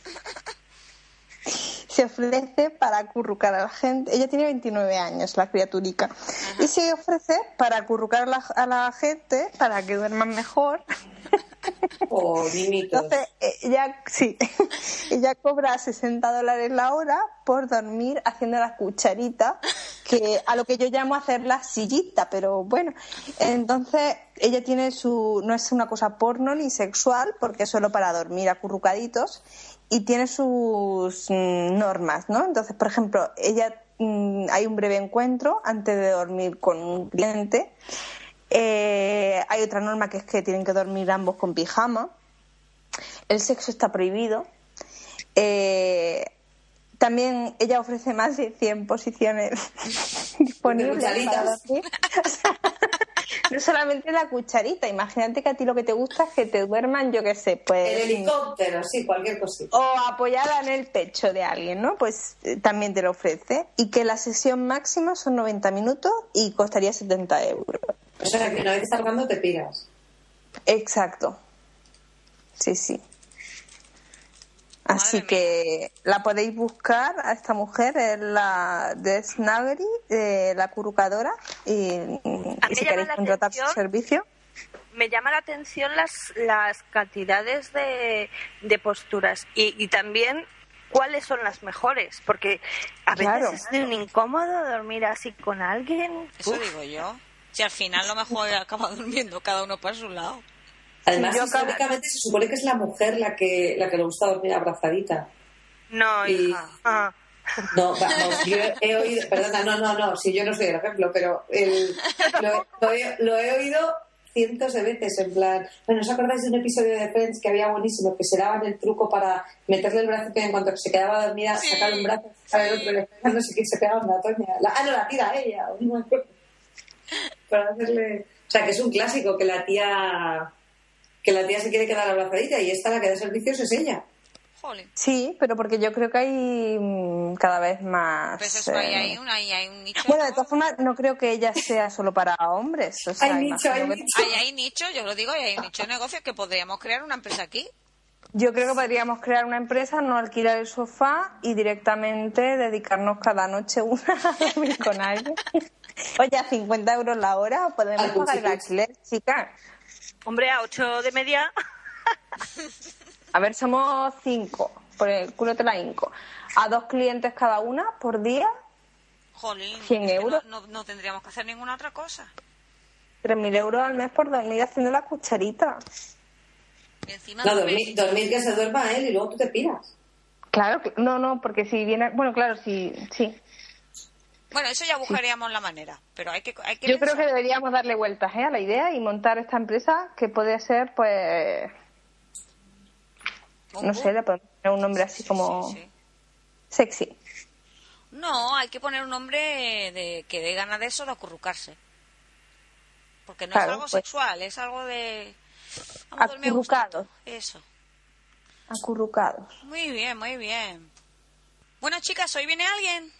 S8: se ofrece para acurrucar a la gente. Ella tiene 29 años, la criaturica. Y se ofrece para acurrucar a la, a la gente para que duerman mejor.
S5: O niñitos.
S8: Entonces, eh, ella, sí, ella cobra 60 dólares la hora por dormir haciendo la cucharita, que a lo que yo llamo hacer la sillita, pero bueno. Entonces, ella tiene su. No es una cosa porno ni sexual, porque es solo para dormir acurrucaditos, y tiene sus mm, normas, ¿no? Entonces, por ejemplo, ella. mm, Hay un breve encuentro antes de dormir con un cliente. Eh, hay otra norma que es que tienen que dormir ambos con pijama. El sexo está prohibido. Eh, también ella ofrece más de 100 posiciones disponibles. para
S5: cucharitas.
S8: dormir. O sea, no solamente la cucharita. Imagínate que a ti lo que te gusta es que te duerman, yo qué sé, pues
S5: El helicóptero, sí, cualquier cosita.
S8: o apoyada en el pecho de alguien, ¿no? Pues eh, también te lo ofrece. Y que la sesión máxima son 90 minutos y costaría 70 euros.
S5: O sea, que una vez salgando te piras.
S8: Exacto. Sí, sí. Así
S6: Madre
S8: que la podéis buscar a esta mujer, es la de Snaggery, eh, la curucadora, y, y si
S4: llama
S8: queréis
S4: la
S8: contratar su
S4: atención-
S8: servicio.
S4: me llama la atención las, las cantidades de, de posturas y, y también cuáles son las mejores, porque a veces
S8: Claro.
S4: es de un incómodo dormir así con alguien.
S6: Eso digo yo. Si al final lo mejor acaba durmiendo cada uno por su lado.
S5: Además,
S8: Yo acabo-
S5: históricamente se supone que es la mujer la que, la que le gusta dormir abrazadita.
S4: No,
S5: Y-
S4: hija. Ah.
S5: No, vamos, yo he oído, perdona, no, no, no, si yo no soy el ejemplo, pero el- lo, lo he, lo he oído cientos de veces, en plan, bueno, ¿os acordáis de un episodio de Friends que había buenísimo, que se daban el truco para meterle el brazo que en cuanto se quedaba dormida,
S6: Sí,
S5: sacarle un brazo, a ver, otro, le- no sé qué, se pegaba una toña, La- ah, no, la tira a ella, o no me acuerdo. para hacerle, o sea, que es un clásico, que la tía, que la tía se quiere quedar abrazadita y esta la que da servicios es ella.
S6: Jolín.
S8: Sí, pero porque yo creo que hay mm, cada vez más.
S6: Pues eso, ahí
S8: eh,
S6: hay un, ahí hay un nicho.
S8: Bueno, de todas formas, no creo que ella sea solo para hombres. O sea,
S5: Hay nicho, hay
S8: imagino que-
S5: nicho.
S6: Ahí hay nicho, yo lo digo, ahí hay un nicho de negocios que podríamos crear una empresa aquí.
S8: Yo creo que podríamos crear una empresa, no alquilar el sofá y directamente dedicarnos cada noche una a dormir con alguien. Oye, a 50 euros la hora podemos
S5: Al cuchi,
S8: pagar el
S5: cuchi.
S8: alquiler, chica.
S4: Hombre, a ocho de media.
S8: A ver, somos cinco, por el culo te la hinco. A dos clientes cada una por día,
S6: Jolín.
S8: 100
S6: es que
S8: euros.
S6: No, no- no tendríamos que hacer ninguna otra cosa.
S8: 3.000 euros al mes por dormir haciendo la cucharita.
S6: Y encima
S5: No,
S6: duerme-
S5: dormir, dormir que se duerma él y luego tú te piras.
S8: Claro, que- no, no, porque si viene, bueno, claro, sí, sí.
S6: Bueno, eso ya buscaríamos la manera, pero hay que, hay que
S8: Yo creo
S6: pensar.
S8: que deberíamos darle vueltas ¿eh? a la idea y montar esta empresa que puede ser, pues,
S6: Un
S8: no sé,
S6: boom.
S8: le podemos poner un nombre así
S6: Uh, Sí,
S8: como
S6: sí, sí.
S8: sexy.
S6: No, hay que poner un nombre de, que dé ganas de eso, de acurrucarse. Porque no es
S8: Claro,
S6: algo
S8: pues.
S6: sexual, es algo de... Vamos a dormir a gustito.
S8: Acurrucados.
S6: Eso.
S8: Acurrucados.
S6: Muy bien, muy bien. Bueno, chicas, ¿hoy viene alguien?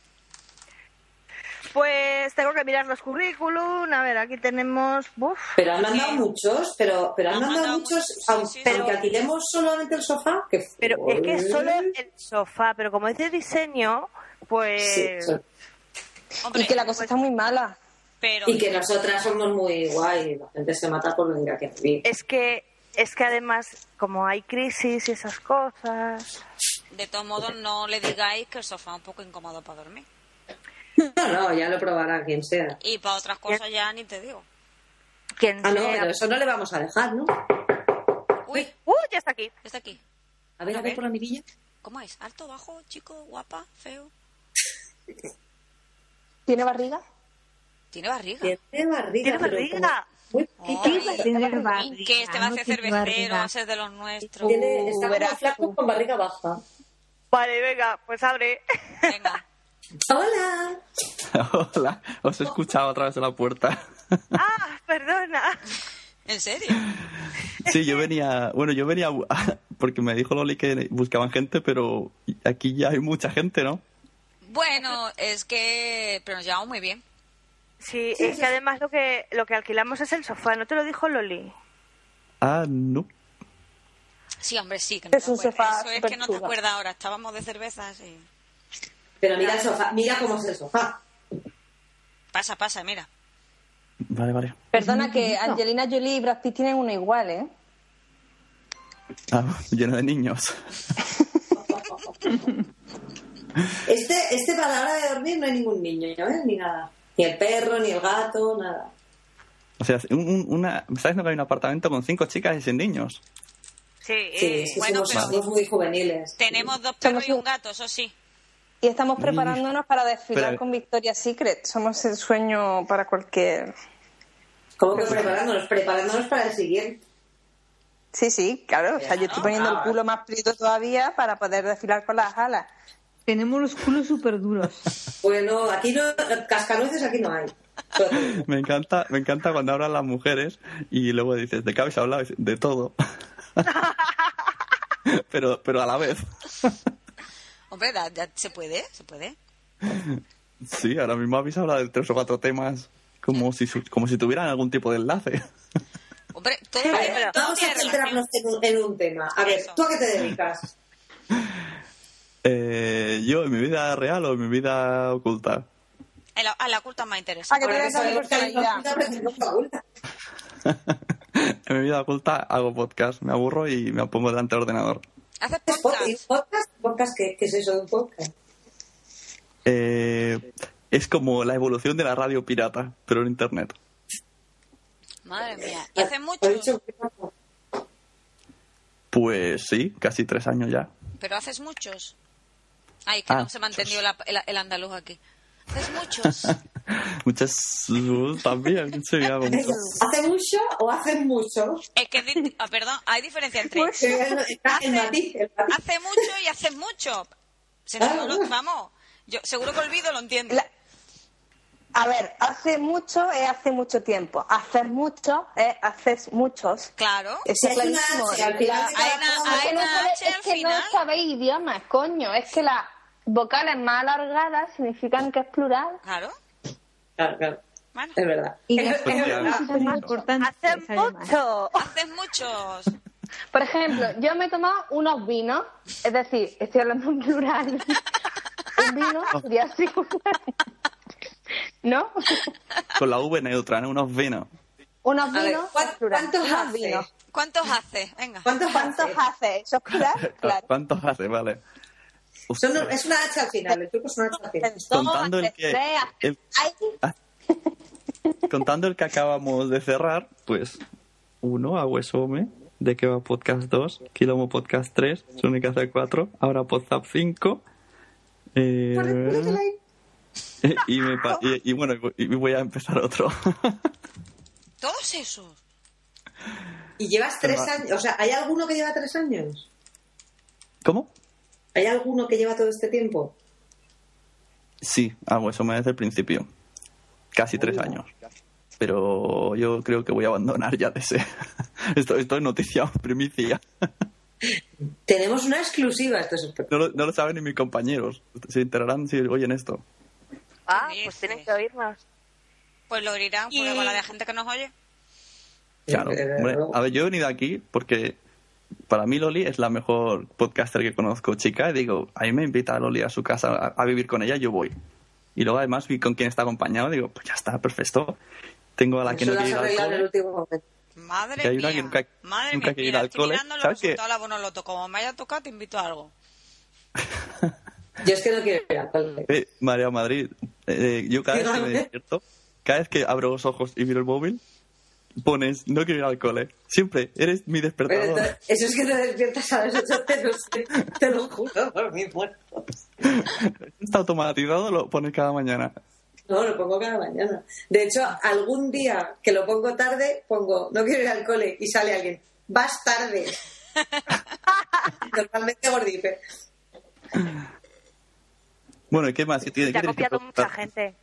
S4: Pues tengo que mirar los currículum. A ver, aquí tenemos. Uf,
S5: Pero han mandado muchos, pero, pero han,
S6: Han
S5: mandado,
S6: mandado
S5: muchos,
S6: muchos, sí,
S5: aunque,
S6: sí, sí.
S5: aunque alquilemos solamente el sofá, que
S4: pero es que es solo el sofá. Pero como es de diseño, pues.
S5: Sí, sí.
S6: Hombre,
S8: y que la cosa está muy mala.
S6: pero...
S5: Y que nosotras somos muy guay, la gente se mata por venir aquí a vivir.
S4: Es que. Es que además, como hay crisis y esas cosas.
S6: De todos modos, no le digáis que el sofá es un poco incómodo para dormir.
S5: No, no, ya lo probará quien sea.
S6: Y para otras cosas ya ni te digo.
S4: Quien
S5: Ah, no,
S4: sea-
S5: pero eso no le vamos a dejar, ¿no?
S6: Uy,
S4: ¡Uh! Ya está aquí.
S6: está aquí.
S5: A ver, a ver por la mirilla.
S6: ¿Cómo es? ¿Alto, bajo, chico, guapa, feo?
S8: ¿Tiene barriga?
S6: Tiene barriga.
S5: Tiene barriga.
S4: Tiene
S5: pero
S4: barriga.
S5: como Muy
S6: Ay,
S5: poquita.
S9: Tener
S6: que este va a ser
S9: barriga, no tener
S6: cervecero, va a
S9: barriga.
S6: ser de los nuestros.
S5: Tiene, está como
S8: verás
S5: flaco
S8: tú.
S5: con barriga baja.
S4: Vale, venga, pues abre.
S6: Venga.
S5: ¡Hola!
S3: Hola, os he escuchado a través de la puerta.
S4: ¡Ah! Perdona.
S6: ¿En serio?
S3: Sí, yo venía, bueno, yo venía a- porque me dijo Loli que buscaban gente, pero aquí ya hay mucha gente, ¿no?
S6: Bueno, es que... Pero nos llevamos muy bien.
S4: Sí, es que además lo que, lo que alquilamos es el sofá, ¿no te lo dijo Loli?
S3: Ah, no.
S6: Sí, hombre, sí. Que no
S8: Es
S6: te
S8: un
S6: acuerdas.
S8: sofá
S6: Eso es que no te
S8: superchulo.
S6: acuerdas ahora. Estábamos de cervezas y...
S5: Pero mira el sofá, mira cómo es el sofá.
S6: Pasa, pasa, mira.
S3: Vale, vale.
S6: Mm,
S8: Perdona que Angelina Jolie y Brad Pitt tienen uno igual, ¿eh?
S3: Ah, lleno de niños.
S5: Este, este para la hora de dormir no hay ningún niño, ¿eh? Ni nada. Ni el perro, ni el gato, nada.
S3: O sea, un- un- una, me está diciendo que hay un apartamento con cinco chicas y sin niños.
S4: Sí,
S5: Sí, es que
S6: Eh, bueno,
S5: somos,
S6: pero-
S5: somos muy juveniles.
S6: Tenemos dos perros y
S8: Somos-
S6: un gato, eso sí.
S8: Y
S6: Mm.
S8: estamos preparándonos para desfilar
S3: Pero-
S8: con Victoria's Secret. Somos el sueño para cualquier...
S5: ¿Cómo que preparándonos? Preparándonos para el siguiente.
S8: Sí, sí, claro. O sea, yo
S6: Ah.
S8: estoy poniendo el culo más prieto todavía para poder desfilar con las alas.
S9: Tenemos los culos súper duros.
S5: Bueno, aquí no, cascanueces aquí no hay.
S3: Me encanta, me encanta cuando hablan las mujeres y luego dices, ¿de qué habéis hablado? Dice, De todo. pero, pero a la vez.
S6: Hombre, da- da- se puede, se puede.
S3: Sí, ahora mismo habéis hablado de tres o cuatro temas como si, su- como si tuvieran algún tipo de enlace.
S6: Hombre, todo,
S5: Vale,
S6: todo
S5: vamos
S6: tiene
S5: a
S6: relación.
S5: centrarnos en un, en un tema. A ver,
S6: Eso.
S5: ¿tú a qué te dedicas?
S3: Eh, yo, en mi vida real o en mi vida oculta.
S6: A la, a la culta más interesante.
S8: ¿A Ah, que te
S5: Porque sabemos
S8: das mi
S5: que hay una
S8: personalidad?
S5: puta, pero tenemos una puta.
S3: en mi vida oculta hago podcast, me aburro y me pongo delante del ordenador.
S6: Haces
S5: ¿Es pod- y un
S6: podcast.
S5: podcast? ¿Podcast qué? ¿Qué es eso de un podcast?
S3: Eh, es como la evolución de la radio pirata, pero en internet.
S6: Madre mía. ¿Y haces
S5: Lo
S6: mucho?
S5: he dicho muy poco.
S3: Pues sí, casi tres años ya.
S6: ¿Pero haces muchos? Ay, que
S3: Ah,
S6: no se me ha entendido la- el, el andaluz aquí. Haces muchos.
S3: Muchas uh, también, sí, hago
S6: Mm.
S3: mucho.
S5: ¿Hace mucho o hacen mucho?
S6: es que, di- ah, perdón, hay diferencia entre
S8: Pues,
S5: Está el matiz, el matiz.
S6: hace mucho y haces mucho. Se nos-
S5: Claro.
S6: no- vamos, yo seguro que olvido, lo entiendo.
S8: La- A ver, hace mucho es hace mucho tiempo. Hacer mucho es hacer muchos.
S6: Claro.
S8: Está
S5: Si hay una H,
S8: clarísimo.
S5: al final de cada
S6: Hay una-
S5: palabra-
S6: hay
S8: no
S6: una-
S8: sabe-
S6: H al
S8: es que
S6: final.
S8: no sabéis idiomas, coño. Es que las vocales más alargadas significan que es plural.
S6: Claro.
S5: Claro, claro.
S6: Bueno,
S5: Es verdad.
S9: Y
S5: Es-
S9: las
S5: es
S9: cosas
S5: verdad.
S9: más son muy importantes.
S4: Hace
S9: además.
S4: mucho.
S6: haces muchos.
S8: Por ejemplo, yo me he tomado unos vinos, es decir, estoy hablando en plural. Un vino sería singular. ¿No?
S3: Con la V neutra, ¿no? Unos vinos.
S8: Unos
S5: A ver,
S8: vinos,
S5: ¿cuán-
S8: es plural.
S5: ¿cuántos
S8: unos
S5: hace?
S8: vinos.
S6: ¿Cuántos haces? Venga.
S5: ¿Cuántos
S8: ¿Cuántos
S5: hace?
S8: hace? ¿Eso es plural? Claro.
S3: ¿Cuántos hace? Vale.
S5: Son un-
S3: Ostras,
S5: es una H al final, el truco es una H al final.
S8: Dos,
S3: Contando el
S8: hace
S3: que-
S8: tres, hace-
S3: el-
S8: Ay,
S3: Contando el que acabamos de cerrar, pues uno, Aguesome, De Que Va Podcast 2, Quilomo Podcast 3, Sunicaza 4, ahora Podzap 5. eh, y, me pa- y- y bueno, y voy a empezar otro.
S6: Todos esos.
S5: Y llevas tres
S3: Pero-
S5: años. O sea, ¿hay alguno que lleva tres años?
S3: ¿Cómo?
S5: ¿Hay alguno que lleva todo este tiempo?
S3: Sí, Aguesome desde el principio. Casi tres años. Pero yo creo que voy a abandonar ya de ese. Esto, esto es noticia primicia.
S5: Tenemos una exclusiva, esto es espectacular.
S3: No lo, no lo saben ni mis compañeros. Se enterarán si oyen esto.
S4: Ah,
S6: ¿Qué
S4: pues
S6: dices?
S4: tienen que oírnos.
S6: Pues lo dirán por
S4: Y-
S6: igual a la gente que nos oye.
S3: Claro.
S5: Eh,
S3: hombre,
S5: luego-
S3: a ver, yo he venido aquí porque para mí Loli es la mejor podcaster que conozco, chica. Y digo, a mí me invita a Loli a su casa a, a vivir con ella, yo voy. Y luego además vi con quién está acompañado, digo, pues ya está, perfecto. Tengo a la que
S5: Pues Eso
S3: no
S5: lo has
S3: quiere ir al
S5: arreglado en el
S3: cole.
S5: último momento.
S6: Madre
S3: Que hay una
S6: mía.
S3: que nunca-
S6: Madre
S3: nunca
S6: mía.
S3: quiere ir
S6: Mira,
S3: al
S6: estoy
S3: cole.
S6: mirando los
S3: ¿Sabes qué?
S6: resultados de la Bonoloto. Como me haya tocado, te invito a algo.
S5: Yo es que no quiero ir al cole.
S3: Eh, María Madrid, eh, yo cada vez que me
S5: Dígame.
S3: despierto, cada vez que abro los ojos y miro el móvil, pones, no quiero ir al cole. Siempre, eres mi
S5: Pero
S3: despertador.
S5: entonces- eso es que te despiertas a las 8, te lo, sé, te lo juro por mi muerto.
S3: Está automatizado, lo pones cada mañana.
S5: No, lo pongo cada mañana. De hecho, algún día que lo pongo tarde, pongo, no quiero ir al cole, y sale alguien, vas tarde. Normalmente gordipe.
S3: Bueno, ¿y qué más? ¿Qué tiene-
S4: Te ha
S3: qué tienes que
S4: copiado mucha
S3: preguntar?
S4: gente.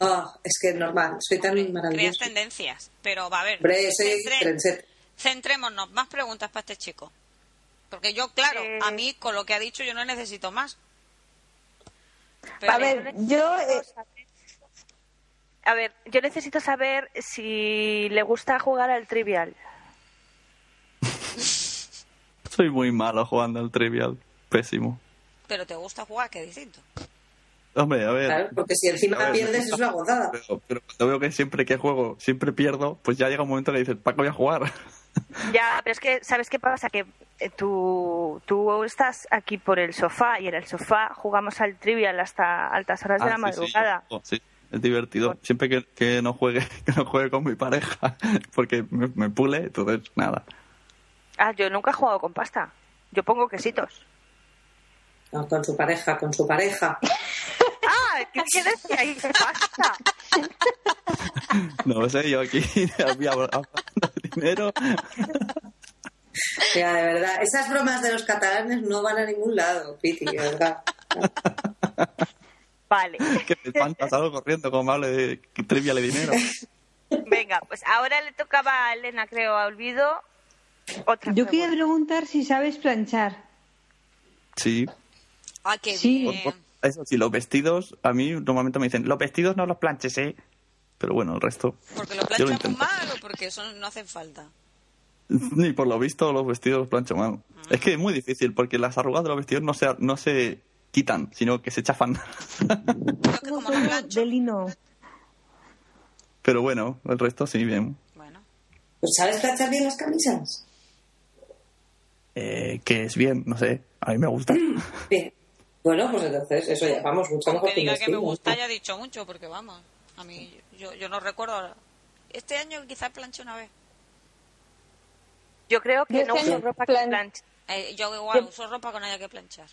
S5: Ah, es que es normal, soy tan
S6: Creas
S5: maravilloso.
S6: tendencias. Pero va a ver.
S5: Hombre, soy
S6: centré-
S5: trendset.
S6: Centrémonos. Más preguntas para este chico. Porque yo, claro,
S4: Eh.
S6: a mí con lo que ha dicho yo no necesito más.
S8: A ver, yo... eh,
S4: A ver, yo necesito saber si le gusta jugar al trivial.
S3: Soy muy malo jugando al trivial. Pésimo.
S6: Pero te gusta jugar, que es distinto.
S3: Hombre, a ver.
S5: Claro, porque si encima
S3: A ver,
S5: pierdes es una gozada.
S3: Pero, pero cuando veo que siempre que juego, siempre pierdo, pues ya llega un momento que dices, Paco, voy a jugar.
S4: Ya, pero es que, ¿sabes qué pasa? Que eh, tú, tú estás aquí por el sofá y en el sofá jugamos al trivial hasta altas horas de la
S3: Ah, sí, sí,
S4: madrugada.
S3: yo juego, sí. Es divertido. Siempre que, que no juegue, que no juegue con mi pareja, porque me, me pule, entonces nada.
S4: Ah, yo nunca he jugado con pasta. Yo pongo quesitos.
S5: No, con su pareja, con su pareja.
S4: ¡Ah! ¿Qué qué decía ahí? ¡Pasta!
S3: No sé, yo aquí había dinero.
S5: Ya, de verdad. Esas bromas de los catalanes no van a ningún lado, Piti, de verdad.
S4: Vale.
S3: Que me espanta, salgo corriendo como hable de trivia de dinero.
S4: Venga, pues ahora le tocaba a Elena, creo, a Olvido. Otra
S9: Yo quería
S4: pregunta.
S9: preguntar si sabes planchar.
S3: Sí.
S6: Ah, qué
S9: Sí.
S6: bien.
S3: Eso sí, los vestidos, a mí normalmente me dicen, los vestidos no los planches, ¿eh? Pero bueno, el resto.
S6: Porque
S3: yo
S6: lo
S3: lo
S6: planchas muy
S3: intento.
S6: mal o porque eso no hacen falta.
S3: Ni por lo visto los vestidos los plancho mal.
S6: Ah.
S3: Es que es muy difícil porque las arrugas de los vestidos no se, no se quitan, sino que se chafan.
S6: Yo es que como no plancho.
S9: De lino.
S3: Pero bueno, el resto sí, bien.
S6: Bueno,
S5: Pues, ¿Sabes planchar bien las camisas?
S3: Eh, que es bien, no sé, a mí me gusta.
S5: Bien. Bueno, pues entonces, eso ya, vamos, mucho mejor
S6: que diga
S5: un
S6: que me
S5: vestido.
S6: gusta ya ha dicho mucho, porque vamos, a mí, yo, yo no recuerdo. ahora. Este año quizás planché una vez.
S4: Yo creo que
S8: Yo
S4: no
S8: tengo
S4: uso ropa que
S8: plan-
S4: plancha.
S6: Eh, yo igual uso ropa que no haya que planchar.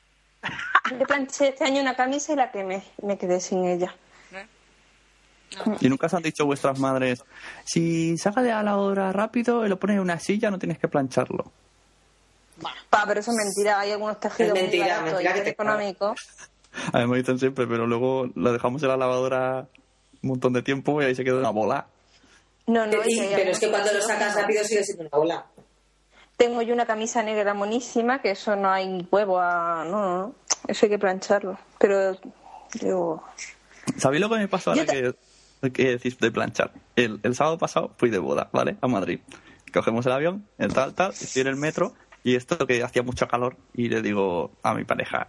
S8: Yo planché este año una camisa y la quemé. Me quedé sin ella.
S3: ¿Y nunca os han dicho vuestras madres, si sale a la hora rápido y lo pones en una silla, no tienes que plancharlo?
S8: Pa, pero eso es mentira. Hay algunos tejidos muy
S5: mentira,
S8: baratos
S5: mentira
S8: y
S5: que te-
S8: económicos.
S3: A mí me dicen siempre, pero luego lo dejamos en la lavadora un montón de tiempo y ahí se queda una bola.
S8: No, no.
S5: Y-
S8: y hay
S5: pero es
S8: algunos
S5: que cuando lo
S8: tejidos
S5: sacas
S8: no.
S5: rápido sigue siendo una bola.
S8: Tengo yo una camisa negra monísima que eso no hay huevo a... No, no, no. Eso hay que plancharlo. Pero yo...
S3: ¿Sabéis lo que me pasó ahora
S8: Yo te-
S3: que, que decís de planchar? El, el sábado pasado fui de boda, ¿vale? A Madrid. Cogemos el avión, el tal, tal, estoy en el metro y esto que hacía mucho calor y le digo a mi pareja,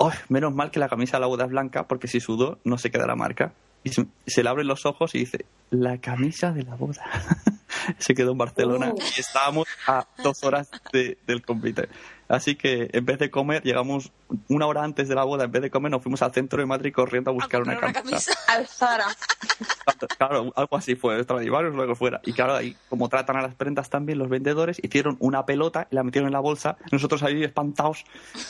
S3: "Ay, menos mal que la camisa de la boda es blanca porque si sudó no se queda la marca. Y se, se le abren los ojos y dice, la camisa de la boda. se quedó en Barcelona y estábamos a dos horas de- del convite. Así que en vez de comer, llegamos una hora antes de la boda, en vez de comer nos fuimos al centro de Madrid corriendo a buscar una
S6: comprar
S3: camisa.
S6: una camisa.
S8: Al Zara.
S3: Claro, algo así fue, Stradivarius, luego fuera. Y claro, ahí, como tratan a las prendas también, los vendedores hicieron una pelota y la metieron en la bolsa. Nosotros ahí espantados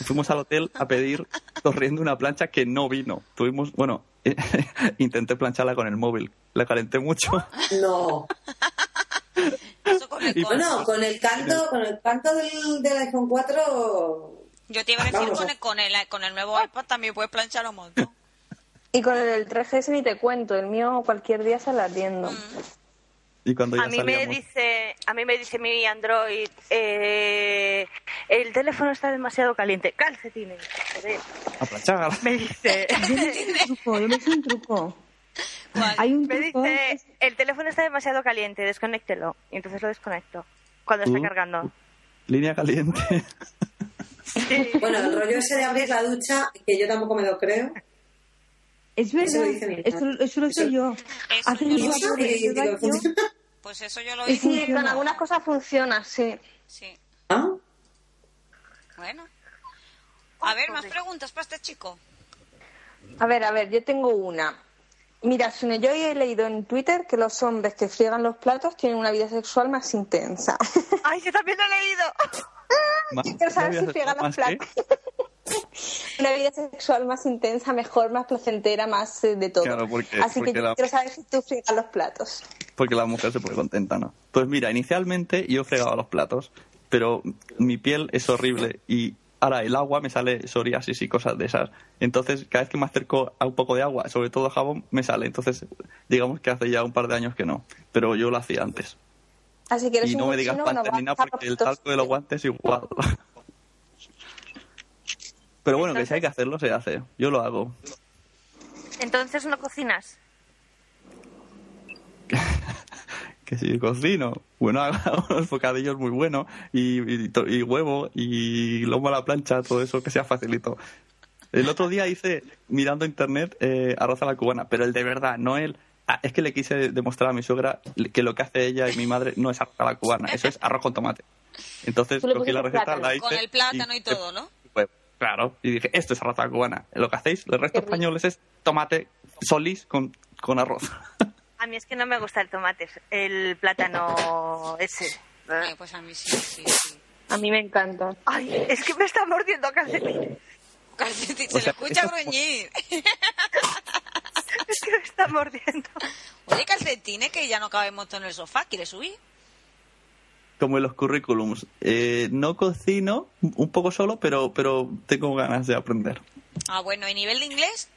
S3: fuimos al hotel a pedir corriendo una plancha que no vino. Tuvimos, bueno, intenté plancharla con el móvil, la calenté mucho.
S5: No.
S6: Eso con el
S3: Y-
S6: cono.
S5: Bueno, con el canto, con el canto del, del iPhone 4
S6: Yo te iba a decir
S5: Vamos a-
S6: con, el, con, el, con el nuevo iPad también puedes planchar un montón.
S8: Y con el 3GS ni te cuento. El mío cualquier día se la atiendo.
S3: Y cuando ya
S4: a mí me
S3: salíamos,
S4: dice a mí me dice mi Android eh, el teléfono está demasiado caliente calcetines joder.
S3: a planchar.
S4: me dice
S9: Yo me sé un truco, yo me sé un truco.
S6: ¿Cuál?
S9: Hay un
S4: me
S9: truco. que
S4: dice
S9: es-
S4: el teléfono está demasiado caliente desconéctelo y entonces lo desconecto cuando está
S3: Uh.
S4: cargando
S3: Línea caliente.
S4: Sí.
S5: Bueno, el rollo ese de abrir la ducha, que yo tampoco me lo creo.
S9: Es
S5: Eso
S9: verdad,
S5: lo dice mi
S9: eso,
S5: hermana.
S9: eso lo sé
S5: Eso-
S9: yo.
S6: Eso
S9: Hace
S6: yo
S9: un
S6: lo
S5: uso
S9: vapor en
S5: y
S9: el
S5: digo,
S9: baño.
S5: funciona.
S6: Pues eso yo lo
S9: Y
S6: hice.
S8: Sí,
S9: sí,
S8: con
S9: funciona.
S8: algunas cosas funciona, sí.
S6: Sí.
S5: ¿Ah?
S6: Bueno. A ver, más preguntas para este chico.
S8: A ver, a ver, yo tengo una. Mira, Sune, yo he leído en Twitter que los hombres que friegan los platos tienen una vida sexual más intensa.
S4: ay yo también lo he leído
S3: Más-
S8: Yo quiero saber
S3: no
S8: si
S3: había-
S8: friegan los
S3: más que-
S8: platos. una vida sexual más intensa, mejor, más placentera, más eh, de todo.
S3: Claro, porque-
S8: Así
S3: porque
S8: que yo
S3: la-
S8: quiero saber si tú friegas los platos.
S3: Porque la mujer se pone contenta, ¿no? Pues mira, inicialmente yo fregaba los platos, pero mi piel es horrible y ahora el agua me sale psoriasis y cosas de esas. Entonces, cada vez que me acerco a un poco de agua, sobre todo jabón, me sale. Entonces, digamos que hace ya un par de años que no, pero yo lo hacía antes.
S8: Así que eres
S3: Y no
S8: un
S3: me digas
S8: chino, una
S3: pantalina ni nada
S8: vaca,
S3: porque el
S8: patos.
S3: talco de los guantes es igual. Pero bueno, que si hay que hacerlo, se hace. Yo lo hago.
S4: entonces no cocinas
S3: que si cocino, bueno, hago unos bocadillos muy buenos y, y to- y huevo y lomo a la plancha, todo eso que sea facilito. El otro día hice, mirando internet, eh, arroz a la cubana, pero el de verdad, no el... ah, es que le quise demostrar a mi suegra que lo que hace ella y mi madre no es arroz a la cubana, eso es arroz con tomate. Entonces
S8: Tú le
S3: cogí la
S8: pusiste
S3: receta,
S8: plátano.
S3: la hice...
S6: Con el plátano y todo, ¿no?
S3: Pues, claro, y dije, esto es arroz a la cubana. Lo que hacéis, el resto
S8: Qué rico.
S3: españoles es tomate solís con, con arroz.
S4: a mí es que no me gusta el tomate el plátano ese
S3: Ah.
S6: Eh, pues a mí sí, sí, sí.
S8: A mí me encanta.
S4: ay es que me está mordiendo calcetines
S6: Calcetín,
S3: O
S6: se le
S3: sea,
S6: escucha
S3: eso-
S6: gruñir.
S4: es que me está mordiendo
S6: Oye, calcetines, que ya no cabemos todo en el sofá. ¿Quieres subir?
S3: como en los currículums. Eh, no cocino un poco solo, pero, pero tengo ganas de aprender.
S6: Ah, bueno, ¿y nivel de inglés?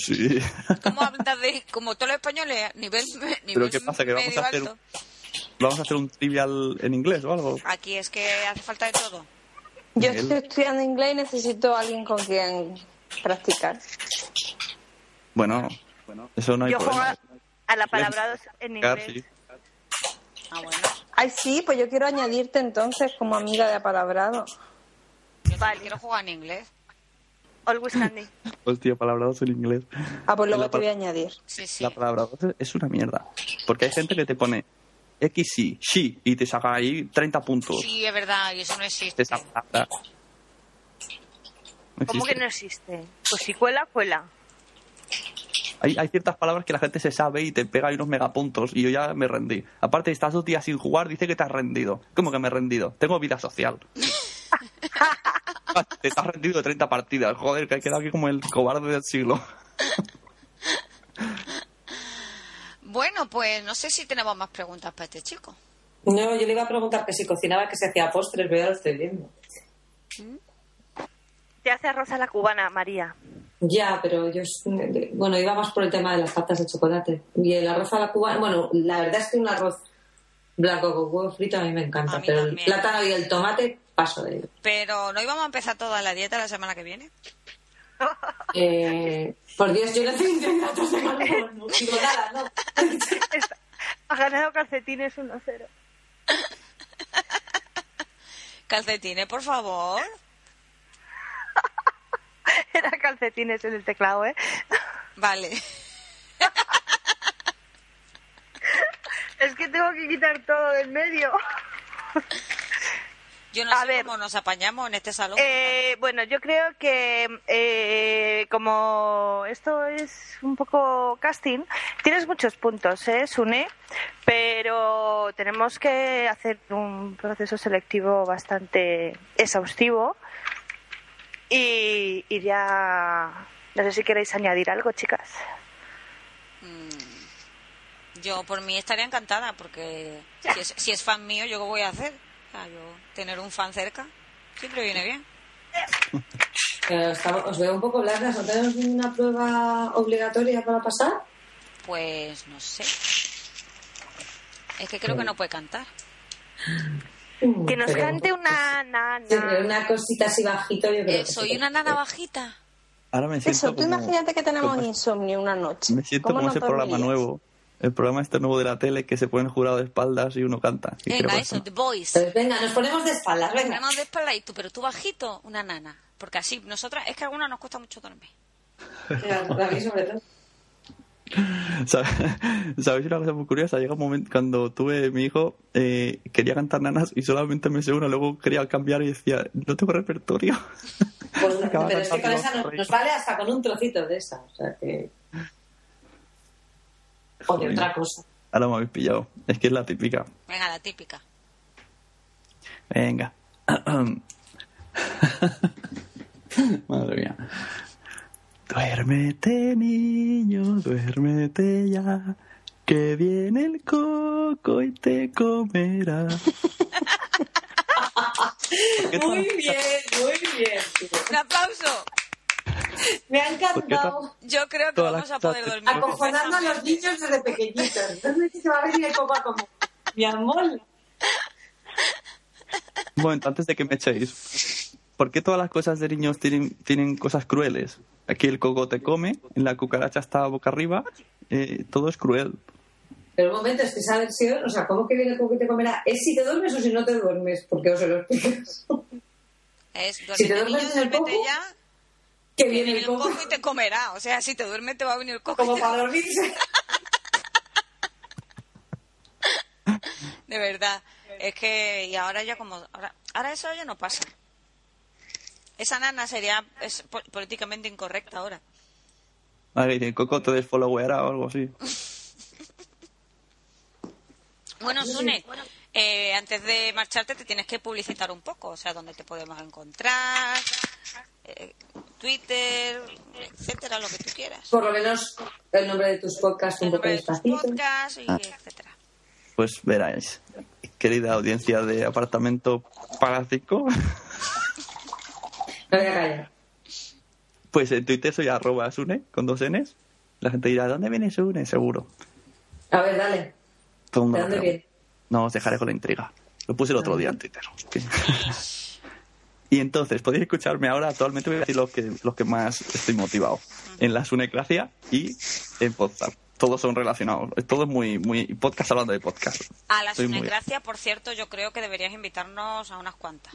S3: Sí.
S6: ¿Cómo hablas de...? Como todos los españoles, nivel, nivel
S3: pero ¿qué pasa? ¿Que vamos
S6: medio
S3: a, hacer,
S6: alto.
S3: vamos a hacer un trivial en inglés o algo?
S6: Aquí es que hace falta de todo.
S8: Yo
S3: Él-
S8: estoy estudiando inglés y necesito a alguien con quien practicar.
S3: Bueno, eso no hay
S4: yo juego
S3: problema.
S4: a, a la palabra dos en
S3: Claro, sí.
S4: inglés
S6: Ah, bueno.
S8: Ay, sí, pues yo quiero añadirte entonces como amiga de apalabrado.
S6: Yo también
S4: Vale.
S6: quiero jugar en inglés.
S4: always candy
S3: Hostia, palabra dos en inglés.
S8: Ah, pues
S3: La
S8: luego te
S3: pal-
S8: voy a añadir.
S6: Sí, sí.
S3: La palabra dos es una mierda. Porque hay gente que te pone X, sí, sí, y te saca ahí 30 puntos.
S6: Sí, es verdad, y eso no existe.
S3: Esa palabra. No
S4: ¿Cómo que
S3: existe.
S4: no existe? Pues si cuela, cuela.
S3: Hay, hay ciertas palabras que la gente se sabe y te pega ahí unos megapuntos y yo ya me rendí. Aparte, estás dos días sin jugar, dice que te has rendido. ¿Cómo que me he rendido? Tengo vida social. Te estás rendido de 30 partidas. Joder, que he quedado aquí como el cobarde del siglo.
S6: Bueno, pues no sé si tenemos más preguntas para este chico.
S5: No, yo le iba a preguntar que si cocinaba, que se hacía postres, pero ya lo estoy viendo.
S4: Te hace arroz a la cubana, María.
S5: Ya, pero yo, bueno, iba más por el tema de las patas de chocolate. Y el arroz a la cubana, bueno, la verdad es que un arroz blanco con huevo frito a mí me encanta,
S6: A mí
S5: pero
S6: también.
S5: el plátano y el tomate paso de ello.
S6: Pero no íbamos a empezar toda la dieta la semana que viene.
S5: Eh, por Dios, yo no tengo hidratos de carbón, no digo nada, no.
S4: Está- Ha ganado calcetines 1-0.
S6: Calcetines, por favor.
S4: Era calcetines en el teclado, ¿eh?
S6: Vale.
S4: Es que tengo que quitar todo del medio.
S6: Yo no
S4: A
S6: sé
S4: ver.
S6: cómo nos apañamos en este salón.
S4: Eh, bueno, yo creo que eh, como esto es un poco casting, tienes muchos puntos, ¿eh, Sune? Pero tenemos que hacer un proceso selectivo bastante exhaustivo y, y ya... No sé si queréis añadir algo, chicas.
S6: Yo por mí estaría encantada porque si es, si es fan mío, ¿yo qué voy a hacer? O sea, yo tener un fan cerca siempre viene bien.
S5: Pero estamos- os veo un poco blandas, ¿no tenemos ninguna prueba obligatoria para pasar?
S6: Pues no sé. Es que creo que no puede cantar.
S4: Que nos
S5: Pero-
S4: cante una nana.
S5: Sí, pero una cosita así bajito yo creo
S6: Eh,
S5: que
S6: soy
S5: sí.
S6: una nana bajita.
S3: Ahora me siento
S8: Eso, tú
S3: como-
S8: imagínate que tenemos
S3: como-
S8: insomnio una noche.
S3: Me siento
S8: ¿Cómo
S3: como
S8: nos
S3: ese programa
S8: dormirías?
S3: nuevo. El programa este nuevo de la tele que se ponen jurado de espaldas y uno canta. Y creo
S6: Venga,
S3: que Eh.
S6: eso,
S3: eso-
S6: The Voice.
S5: Pues venga, nos ponemos de espaldas, venga.
S6: Ganas de espalda y tú, pero tú bajito, una nana. Porque así, nosotras, es que a algunas nos cuesta mucho dormir.
S5: A mí sobre todo.
S3: ¿Sab- ¿Sabéis una cosa muy curiosa? Llega un momento cuando tuve mi hijo, eh, quería cantar nanas y solamente me sé una, luego quería cambiar y decía, no tengo repertorio.
S5: Pues,
S3: Acaba
S5: pero es que con
S3: cantando
S5: esa nos,
S3: Monterrey.
S5: nos vale hasta con un trocito de esa. O, sea que... o de
S3: Jolín.
S5: otra cosa.
S3: Ahora me habéis pillado. Es que es la típica.
S6: Venga, la típica.
S3: Venga. Madre mía. Duérmete, niño, duérmete ya. Que viene el coco y te comerá. ¿Por qué
S5: Muy
S3: tan-
S5: bien, muy bien. tío.
S6: Un aplauso.
S5: Me ha
S3: ¿Por qué tan-
S5: encantado.
S6: Yo creo que
S3: Todas
S6: vamos
S3: las
S6: a poder
S3: chatas-
S6: dormir.
S5: Acojonando a los niños desde pequeñitos. Entonces se va a venir el poco a como. Mi amor.
S3: Un momento, antes de que me echéis. ¿Por qué todas las cosas de niños tienen, tienen cosas crueles? Aquí el coco te come, la cucaracha está boca arriba, eh, todo es cruel.
S5: Pero un momento, es que esa versión, o sea, ¿cómo que viene como que te comerá? ¿Es si te duermes o si no te duermes? Porque os lo explico.
S6: Es,
S5: Si te
S6: duérmete, niño,
S5: duermes en el
S6: duérmete
S5: coco,
S6: ya.
S5: Que
S6: que
S5: viene el coco
S6: y te comerá. O sea, si te duermes te va a venir el coco. y
S5: como
S6: te-
S5: para dormirse.
S6: De verdad. Es que, y ahora ya como, ahora, ahora eso ya no pasa. Esa nana sería es po- políticamente incorrecta ahora.
S3: Ah, que el coco te desfollowerá o algo así.
S6: Bueno, Sune, eh, antes de marcharte te tienes que publicitar un poco, o sea, dónde te podemos encontrar, eh, Twitter, etcétera, lo que tú quieras.
S5: Por lo menos el nombre de tus podcasts un
S6: El
S5: poco
S6: nombre de tus
S5: despacito.
S6: podcasts
S5: Ah.
S6: y etcétera.
S3: Pues veráis, querida audiencia de apartamento pagácico,
S5: No voy a callar.
S3: pues en Twitter soy arroba Sune con dos Ns. La gente dirá, ¿dónde viene Sune? Seguro.
S5: A ver, dale.
S3: Todo el mundo
S5: ¿De
S3: lo
S5: dónde
S3: pregunta.
S5: viene?
S3: No, os dejaré con la intriga. Lo puse el otro día en Twitter. y entonces, podéis escucharme ahora. Actualmente voy a decir los que, los que más estoy motivado. En la Sunecracia y en Podcast. Todos son relacionados. Todo es muy, muy... Podcast hablando de podcast.
S6: A la
S3: Estoy muy-
S6: Sunecracia, por cierto, yo creo que deberías invitarnos a unas cuantas.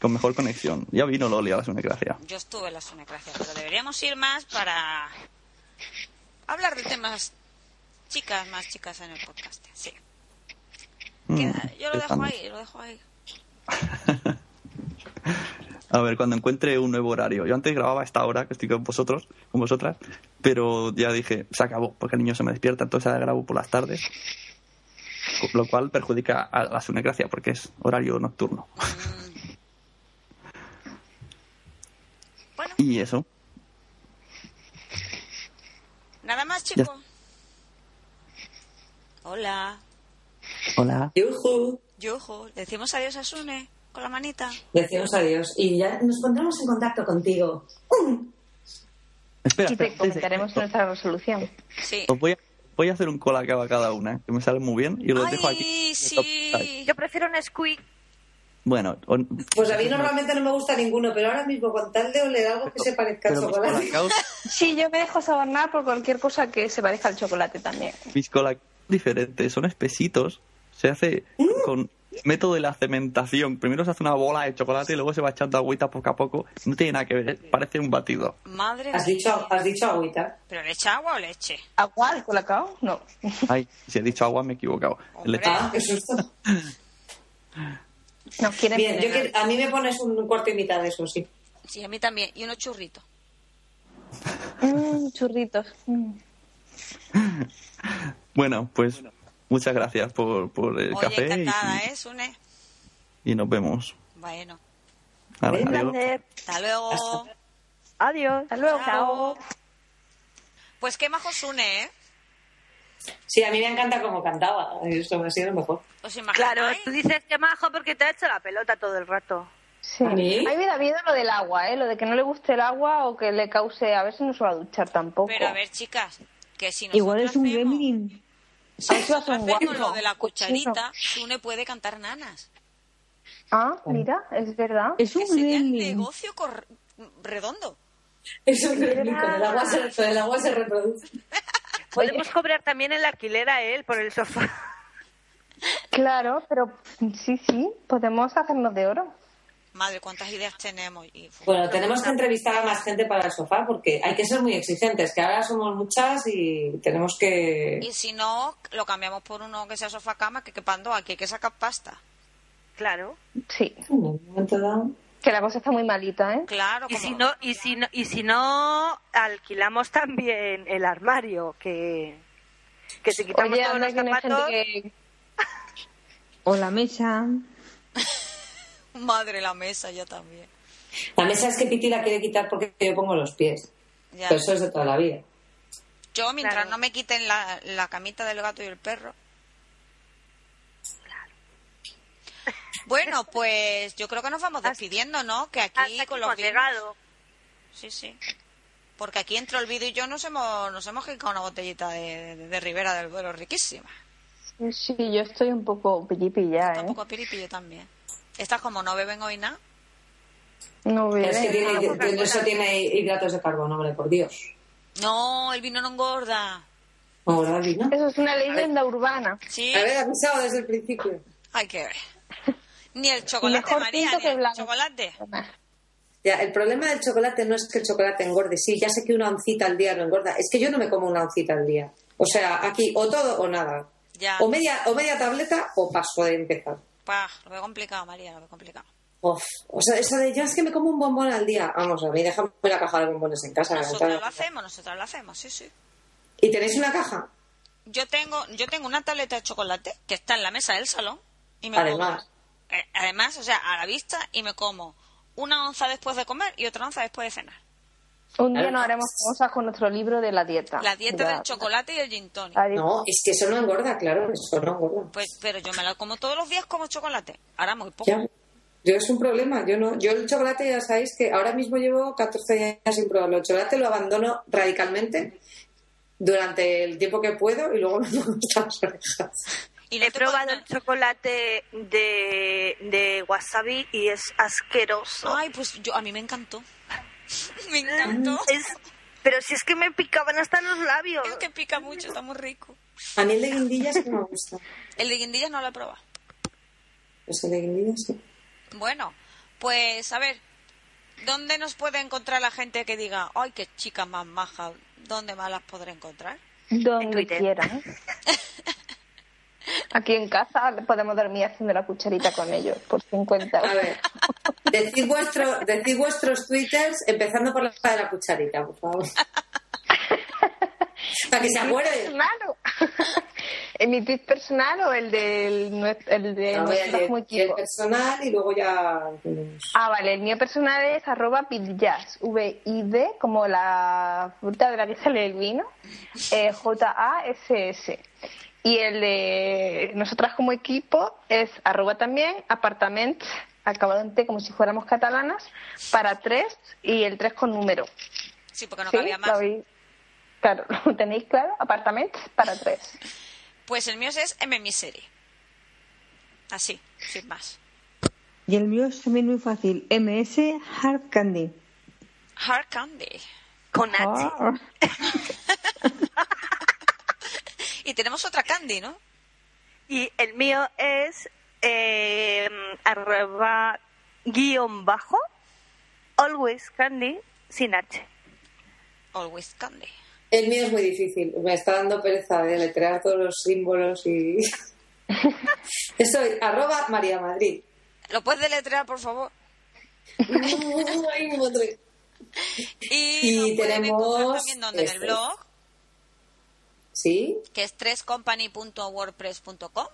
S3: Con mejor conexión. Ya vino Loli a la Sunecracia.
S6: Yo estuve en la Sunecracia, pero deberíamos ir más para hablar de temas chicas, más chicas en el podcast. Sí. Queda-
S3: Mm,
S6: yo lo dejo
S3: están-
S6: ahí, lo dejo ahí.
S3: A ver, cuando encuentre un nuevo horario. Yo antes grababa a esta hora, que estoy con vosotros, con vosotras, pero ya dije, se acabó, porque el niño se me despierta, entonces ahora grabo por las tardes, lo cual perjudica a la sunecracia, porque es horario nocturno. eso.
S6: Nada más, chico. Hola.
S3: Hola.
S5: Yujú.
S6: Yujo. Le decimos adiós a Sune con la manita.
S5: Decimos adiós y ya nos pondremos en contacto contigo.
S3: Espera,
S8: Y
S3: espera,
S8: te comentaremos nuestra resolución.
S6: Sí.
S3: os voy a, voy a hacer un colacao a cada una, que me sale muy bien, y los dejo aquí.
S6: Ay, sí.
S4: Yo prefiero un squeak.
S3: Bueno, on-
S5: Pues a mí normalmente no me gusta ninguno, pero ahora mismo con tal de oler algo que se parezca a
S3: pero mis
S5: chocolate.
S3: colacaos,
S8: Sí, yo me dejo sobornar por cualquier cosa que se parezca al chocolate también.
S3: mis colacaos diferentes, son espesitos, se hace con método de la cementación. Primero se hace una bola de chocolate y luego se va echando agüita poco a poco. No tiene nada que ver, eh, parece un batido.
S6: Madre
S5: ¿Has
S6: mía.
S5: dicho, has dicho agüita.
S6: ¿Pero leche agua o leche?
S8: ¿Agua al colacao? No.
S3: Ay, si he dicho agua me he equivocado.
S6: Hombre.
S3: Leche-
S5: Ah, qué susto.
S8: Nos quieren
S5: Bien, yo
S8: envenenar.
S5: que- a mí me pones un cuarto y mitad de eso, sí.
S6: Sí, a mí también. Y unos churritos.
S5: ah.
S8: Mm, churritos. Mm.
S3: Bueno, pues muchas gracias por, por el
S6: Oye,
S3: café y-
S6: encantada, ¿eh, Sune?
S3: y, nos vemos.
S6: Bueno.
S3: Ahora,
S5: Un
S3: adiós.
S4: Placer.
S6: Hasta luego.
S4: Adiós.
S8: Hasta luego.
S6: Chao. Pues qué majo Sune, ¿eh?
S5: Sí, a mí me encanta cómo cantaba. Eso me ha sido lo mejor.
S6: ¿Os
S4: Claro,
S6: imagináis?
S4: tú dices que majo porque te ha hecho la pelota todo el rato.
S8: Sí.
S5: ¿A
S8: A
S5: mí?
S8: mí me da miedo lo del agua, ¿eh? Lo de que no le guste el agua o que le cause... A ver si no se va a duchar tampoco.
S6: Pero a ver, chicas, que si nosotros
S9: Igual es un
S8: Ah,
S9: gremlin.
S8: eso es un
S6: hacemos
S8: guapo,
S6: lo de la cucharita,
S8: cochino.
S6: Sune puede cantar nanas.
S8: Ah, mira, es verdad.
S9: Es un
S6: Que sería el
S9: gremlin.
S6: negocio cor- redondo.
S5: Eso es rico. Con el agua se, con el agua se reproduce.
S4: Podemos cobrar también el alquiler a él por el sofá.
S8: Claro, pero sí, sí, podemos hacernos de oro.
S6: Madre, cuántas ideas tenemos. Y,
S5: Bueno, tenemos que entrevistar a más gente para el sofá porque hay que ser muy exigentes, que ahora somos muchas y tenemos que...
S6: y si no, lo cambiamos por uno que sea sofá cama, que quepan dos, aquí hay que sacar pasta.
S4: Claro.
S8: Sí,
S5: En un momento dado-
S8: que la cosa está muy malita, ¿eh?
S6: Claro,
S4: Y
S6: como-
S4: si no, y si no, y si no alquilamos también el armario que que si quitamos
S8: Oye,
S4: todos
S8: anda
S4: los
S8: que no hay
S4: zapatos,
S8: gente que...
S9: O la mesa.
S6: madre la mesa, yo también.
S5: La mesa es que Piti la quiere quitar porque yo pongo los pies.
S6: Ya.
S5: Pero eso es de toda la vida.
S6: Yo, mientras
S4: Claro.
S6: no me quiten la, la camita del gato y el perro. Bueno, pues yo creo que nos vamos despidiendo, ¿no? Que
S4: hasta
S6: aquí
S4: aquí
S6: con
S4: hemos
S6: los vinos-
S4: llegado.
S6: Sí, sí. Porque aquí entre Olvido y yo nos hemos, nos hemos quitado una botellita de, de, Rivera del Duero riquísima.
S8: Sí, sí, yo estoy un poco pillipi ya, ¿eh?
S6: Tampoco a Piripi yo también. Estas como no beben hoy nada.
S8: No
S5: Pero es que
S8: bebes.
S5: tiene,
S4: poca
S5: tiene- eso
S4: cosa.
S5: tiene hidratos de carbono, hombre, por Dios.
S6: No, el vino no engorda.
S5: Ahora vino.
S8: Eso es una leyenda urbana.
S6: Sí,
S5: Haber avisado desde el principio.
S6: hay que ver. Ni el chocolate,
S8: Mejor
S6: María,
S8: tinto
S6: ni
S8: que
S6: el
S8: blanco.
S6: chocolate.
S5: Ya, el problema del chocolate no es que el chocolate engorde. Sí, ya sé que una oncita al día no engorda. Es que yo no me como una oncita al día. O sea, aquí o todo o nada.
S6: Ya.
S5: O media, o media tableta o paso de empezar.
S6: Pah, lo veo complicado, María, lo veo complicado.
S5: Uf, o sea, eso de yo es que me como un bombón al día. Vamos, a mí déjame la caja de bombones en casa.
S6: Nosotras
S5: ¿sabes?
S6: lo hacemos, nosotras lo hacemos, sí, sí.
S5: ¿Y tenéis una caja?
S6: Yo tengo, yo tengo una tableta de chocolate que está en la mesa del salón y me
S5: Además.
S6: como, eh, además, o sea, a la vista y me como una onza después de comer y otra onza después de cenar.
S8: Un día nos haremos cosas con nuestro libro de la dieta.
S6: La dieta
S8: Ah, Ya. Ah.
S6: del chocolate y el gin tonic.
S8: La dieta.
S5: No, es que eso no engorda, claro, eso no engorda.
S6: Pues, pero yo me la como todos los días como chocolate. Ahora muy poco.
S5: Ya. Yo es un problema. Yo no, yo el chocolate ya sabéis que ahora mismo llevo 14 años sin probarlo. El chocolate lo abandono radicalmente durante el tiempo que puedo y luego me pongo las orejas.
S6: Y no
S4: He
S6: te puedo-
S4: probado el chocolate de, de wasabi y es asqueroso.
S6: Ay, pues yo, a mí me encantó. me encantó.
S4: Es- pero si es que me picaban hasta los labios.
S6: Es que pica mucho, está muy rico.
S5: A mí el de guindillas no me gusta.
S6: El de guindillas no lo he probado.
S5: Ese de guindillas sí.
S6: Bueno, pues a ver, ¿dónde nos puede encontrar la gente que diga, ay, qué chica más maja? ¿Dónde más las podré encontrar?
S4: En
S8: Donde
S4: Twitter.
S8: quieran. Aquí en casa podemos dormir haciendo la cucharita con ellos por 50
S5: A ver, decid, vuestro, decid vuestros twitters empezando por la de la cucharita, por favor. Para que se acuerden.
S8: Claro. ¿En mi tweet personal o el del nue- el
S6: pues
S8: de
S5: Ahora voy a
S8: nosotros
S5: leer
S8: como
S5: el
S8: equipo?
S5: personal y luego ya.
S8: Ah, vale, el mío personal es arroba vidjazz, V-I-D, como la fruta de la que sale el vino, eh, J-A-S-S. Y el de nosotras como equipo es arroba también apartament, acabado en T como si fuéramos catalanas, para tres y el tres con número.
S6: Sí, porque no
S8: ¿Sí?
S6: cabía
S8: ¿Lo
S6: más.
S8: habéis- Claro, ¿lo tenéis claro? Apartament para tres.
S6: Pues el mío es M Misery. Así, sin más.
S9: Y el mío es también muy fácil. MS Hard Candy.
S6: Hard Candy.
S4: Con H.
S9: Ah.
S6: Y tenemos otra Candy, ¿no?
S4: Y el mío es eh, arroba guión bajo always candy sin H.
S6: Always Candy.
S5: El mío es muy difícil. Me está dando pereza de letrear todos los símbolos y. Yo soy arroba María Madrid.
S6: ¿Lo puedes deletrear, por favor?
S5: Ay, me encontré. Y
S6: Y, nos pueden encontrar
S5: tenemos
S6: también donde en el
S5: este.
S6: blog,
S5: ¿Sí?
S6: que es trescompany.wordpress.com.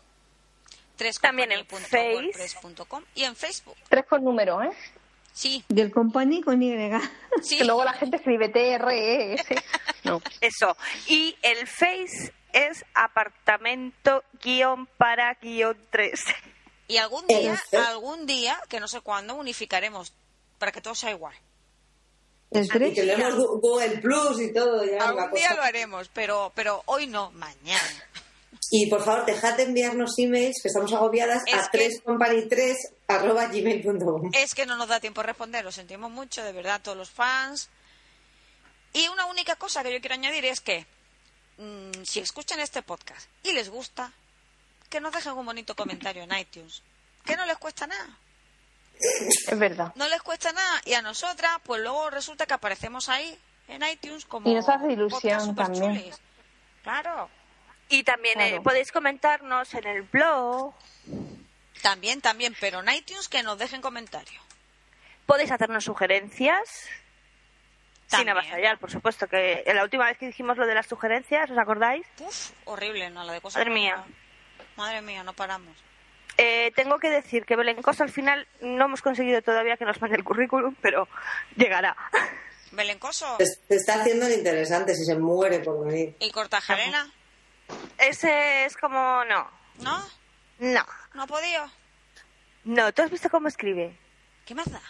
S4: También en
S6: trescompany.wordpress.com y en Facebook.
S8: Tres con número, ¿eh?
S6: Sí,
S9: Y el company con Y.
S6: sí.
S8: Que luego la gente escribe T-R-E-S. No.
S4: Eso. Y el face es apartamento guión para guión 3.
S6: Y algún día,
S5: Eso.
S6: algún día, que no sé cuándo, unificaremos para que todo sea igual.
S9: El
S5: Y
S9: 3.
S5: tenemos Gu- Google Plus y todo. Ya, la
S6: Algún día
S5: cosa.
S6: lo haremos, pero, pero hoy no, mañana.
S5: Y por favor, dejad de enviarnos emails, que estamos agobiadas,
S6: Es
S5: a
S6: que-
S5: 3company3 arroba gmail.com.
S6: Es que no nos da tiempo a responder, lo sentimos mucho, de verdad, todos los fans. Y una única cosa que yo quiero añadir es que mm, si escuchan este podcast y les gusta, que nos dejen un bonito comentario en iTunes, que no les cuesta nada.
S8: Es verdad.
S6: No les cuesta nada y a nosotras, pues luego resulta que aparecemos ahí en iTunes como
S8: Y nos hace ilusión
S6: podcast superchulis.
S8: también.
S6: Claro.
S4: Y también eh,
S8: Claro.
S4: podéis comentarnos en el blog.
S6: También, también, pero en iTunes que nos dejen comentario.
S4: Podéis hacernos sugerencias. Sin
S6: También.
S4: avasallar, por supuesto, que la última vez que dijimos lo de las sugerencias, ¿os acordáis?
S6: Puf, horrible, no la de cosas.
S4: Madre
S6: que-
S4: mía.
S6: Madre mía, no paramos.
S4: Eh, tengo que decir que Belén Cosa al final no hemos conseguido todavía que nos mande el currículum, pero llegará.
S6: Belencoso
S5: Es- Se está haciendo el interesante si se muere por venir.
S6: y Cortajarena,
S4: Ese es como, no,
S6: ¿no?
S4: no,
S6: No ha podido.
S4: no. ¿Tú has visto cómo escribe?
S6: ¿Qué más da?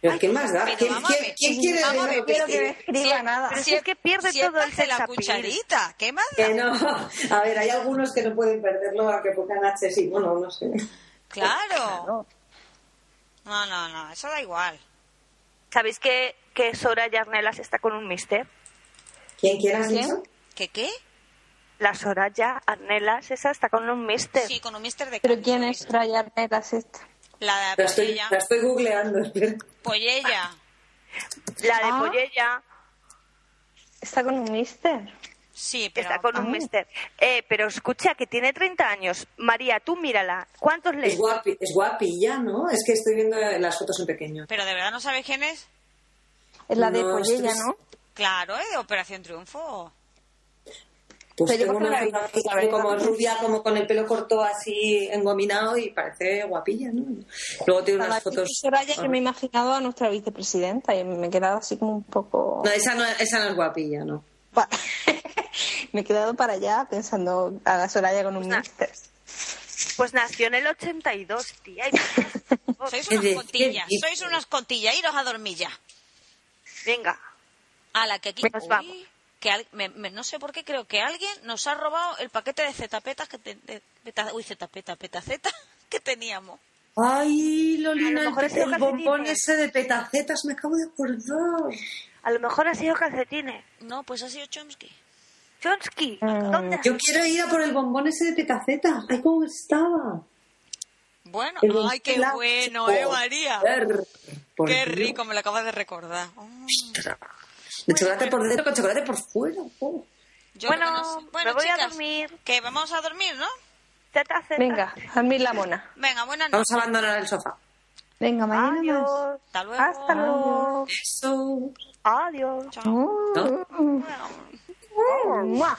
S5: Pero
S6: Ay,
S5: ¿qué más da?
S6: pero
S5: ¿Quién,
S6: vamos a
S5: quién,
S6: ver. mm,
S5: quién quiere
S6: Vamos a
S5: venir a
S6: ver,
S5: lo que
S8: Quiero que me
S5: escribe?
S8: escriba nada.
S4: Pero si es que pierde
S6: Si
S4: todo el
S6: es de la
S4: sex appeal.
S6: cucharita, ¿qué más da?
S5: Que no. A ver, hay algunos que no pueden perderlo aunque pongan H, sí, bueno, no sé.
S6: Claro. No, no, no, eso da igual.
S4: ¿Sabéis que, que Sora Yarnelas está con un mister?
S5: ¿Quién quiera has
S8: ¿Quién?
S5: dicho?
S6: ¿Qué qué?
S4: La Sora Yarnelas esa está con un mister.
S6: Sí, con un mister de
S11: ¿Pero
S6: Cádiz,
S11: quién
S6: lo he
S11: es
S6: visto.
S11: Ryan Nelas esta?
S6: La de
S5: La estoy,
S6: Pollella.
S5: la estoy googleando, espera.
S6: Pollella.
S4: La de
S8: Ah.
S4: Pollella
S8: Está con un mister.
S6: Sí, pero...
S4: está con un
S8: ah.
S4: mister. Eh, pero escucha, que tiene 30 años. María, tú mírala. ¿Cuántos
S5: Es,
S4: lees?
S5: guapi, es guapilla, ¿no? Es que estoy viendo las fotos en pequeño.
S6: ¿Pero de verdad no sabes quién es?
S8: Es la de
S5: No, esto
S8: Pollella,
S5: es-
S8: ¿no?
S6: Claro, es de Operación Triunfo.
S5: Pues
S8: Pero yo
S5: tengo
S8: creo
S5: una
S8: que la
S5: foto
S8: he
S5: aquí
S8: visto, la verdad.
S5: como rubia, como con el pelo corto así engominado y parece guapilla, ¿no? Luego tiene
S8: La
S5: unas fotos... Ah.
S8: Soraya que me he imaginado a nuestra vicepresidenta y me he quedado así como un poco...
S5: Ah. No, esa no, esa no es guapilla, ¿no?
S8: pa- me he quedado para allá pensando a la Soraya con un
S4: nada.
S8: mister.
S4: Pues nació en el 82, tía. y-
S6: Sois
S5: Es
S6: unas
S5: decir,
S6: contillas,
S5: dice-
S6: sois unas contillas, iros a dormir ya.
S4: Venga.
S6: A la que aquí...
S4: Nos Pues
S6: Uy,
S4: vamos.
S6: Que al- me- me- no sé por qué creo que alguien nos ha robado el paquete de zetapetas que te- de- peta- uy, zetapeta, petaceta que teníamos.
S5: Ay, Lolina,
S4: A lo mejor
S5: el,
S4: es que
S5: el
S4: calcetines.
S5: bombón ese de petacetas, me acabo de acordar.
S4: A lo mejor ha sido calcetines.
S6: No, pues ha sido Chomsky.
S4: Chonsky,
S9: Ah.
S4: ¿dónde?
S5: Yo quiero ir a por el bombón ese de petacetas. Ay, cómo estaba.
S6: Bueno,
S5: El bombón
S6: ay, qué
S5: blanco.
S6: bueno, eh, María.
S5: Ver, por
S6: Qué
S5: Dios.
S6: rico, me lo acabas de recordar. Mm,
S5: Ostras. De chocolate por dentro con chocolate por fuera. oh.
S6: yo
S4: Bueno,
S6: lo conocí.
S4: me voy a
S6: chicas,
S4: dormir.
S6: Que vamos a dormir, ¿no?
S4: Zeta, zeta.
S8: Venga, a mí la mona.
S6: Venga,
S4: Ah.
S6: buenas
S5: Vamos
S6: noches.
S5: a abandonar el sofá.
S9: Venga, mañana más.
S4: Adiós.
S6: Hasta luego.
S8: Hasta luego.
S5: Eso.
S4: Adiós.
S6: Chao.
S5: ¿no?
S6: Bueno.
S8: ¡Mua!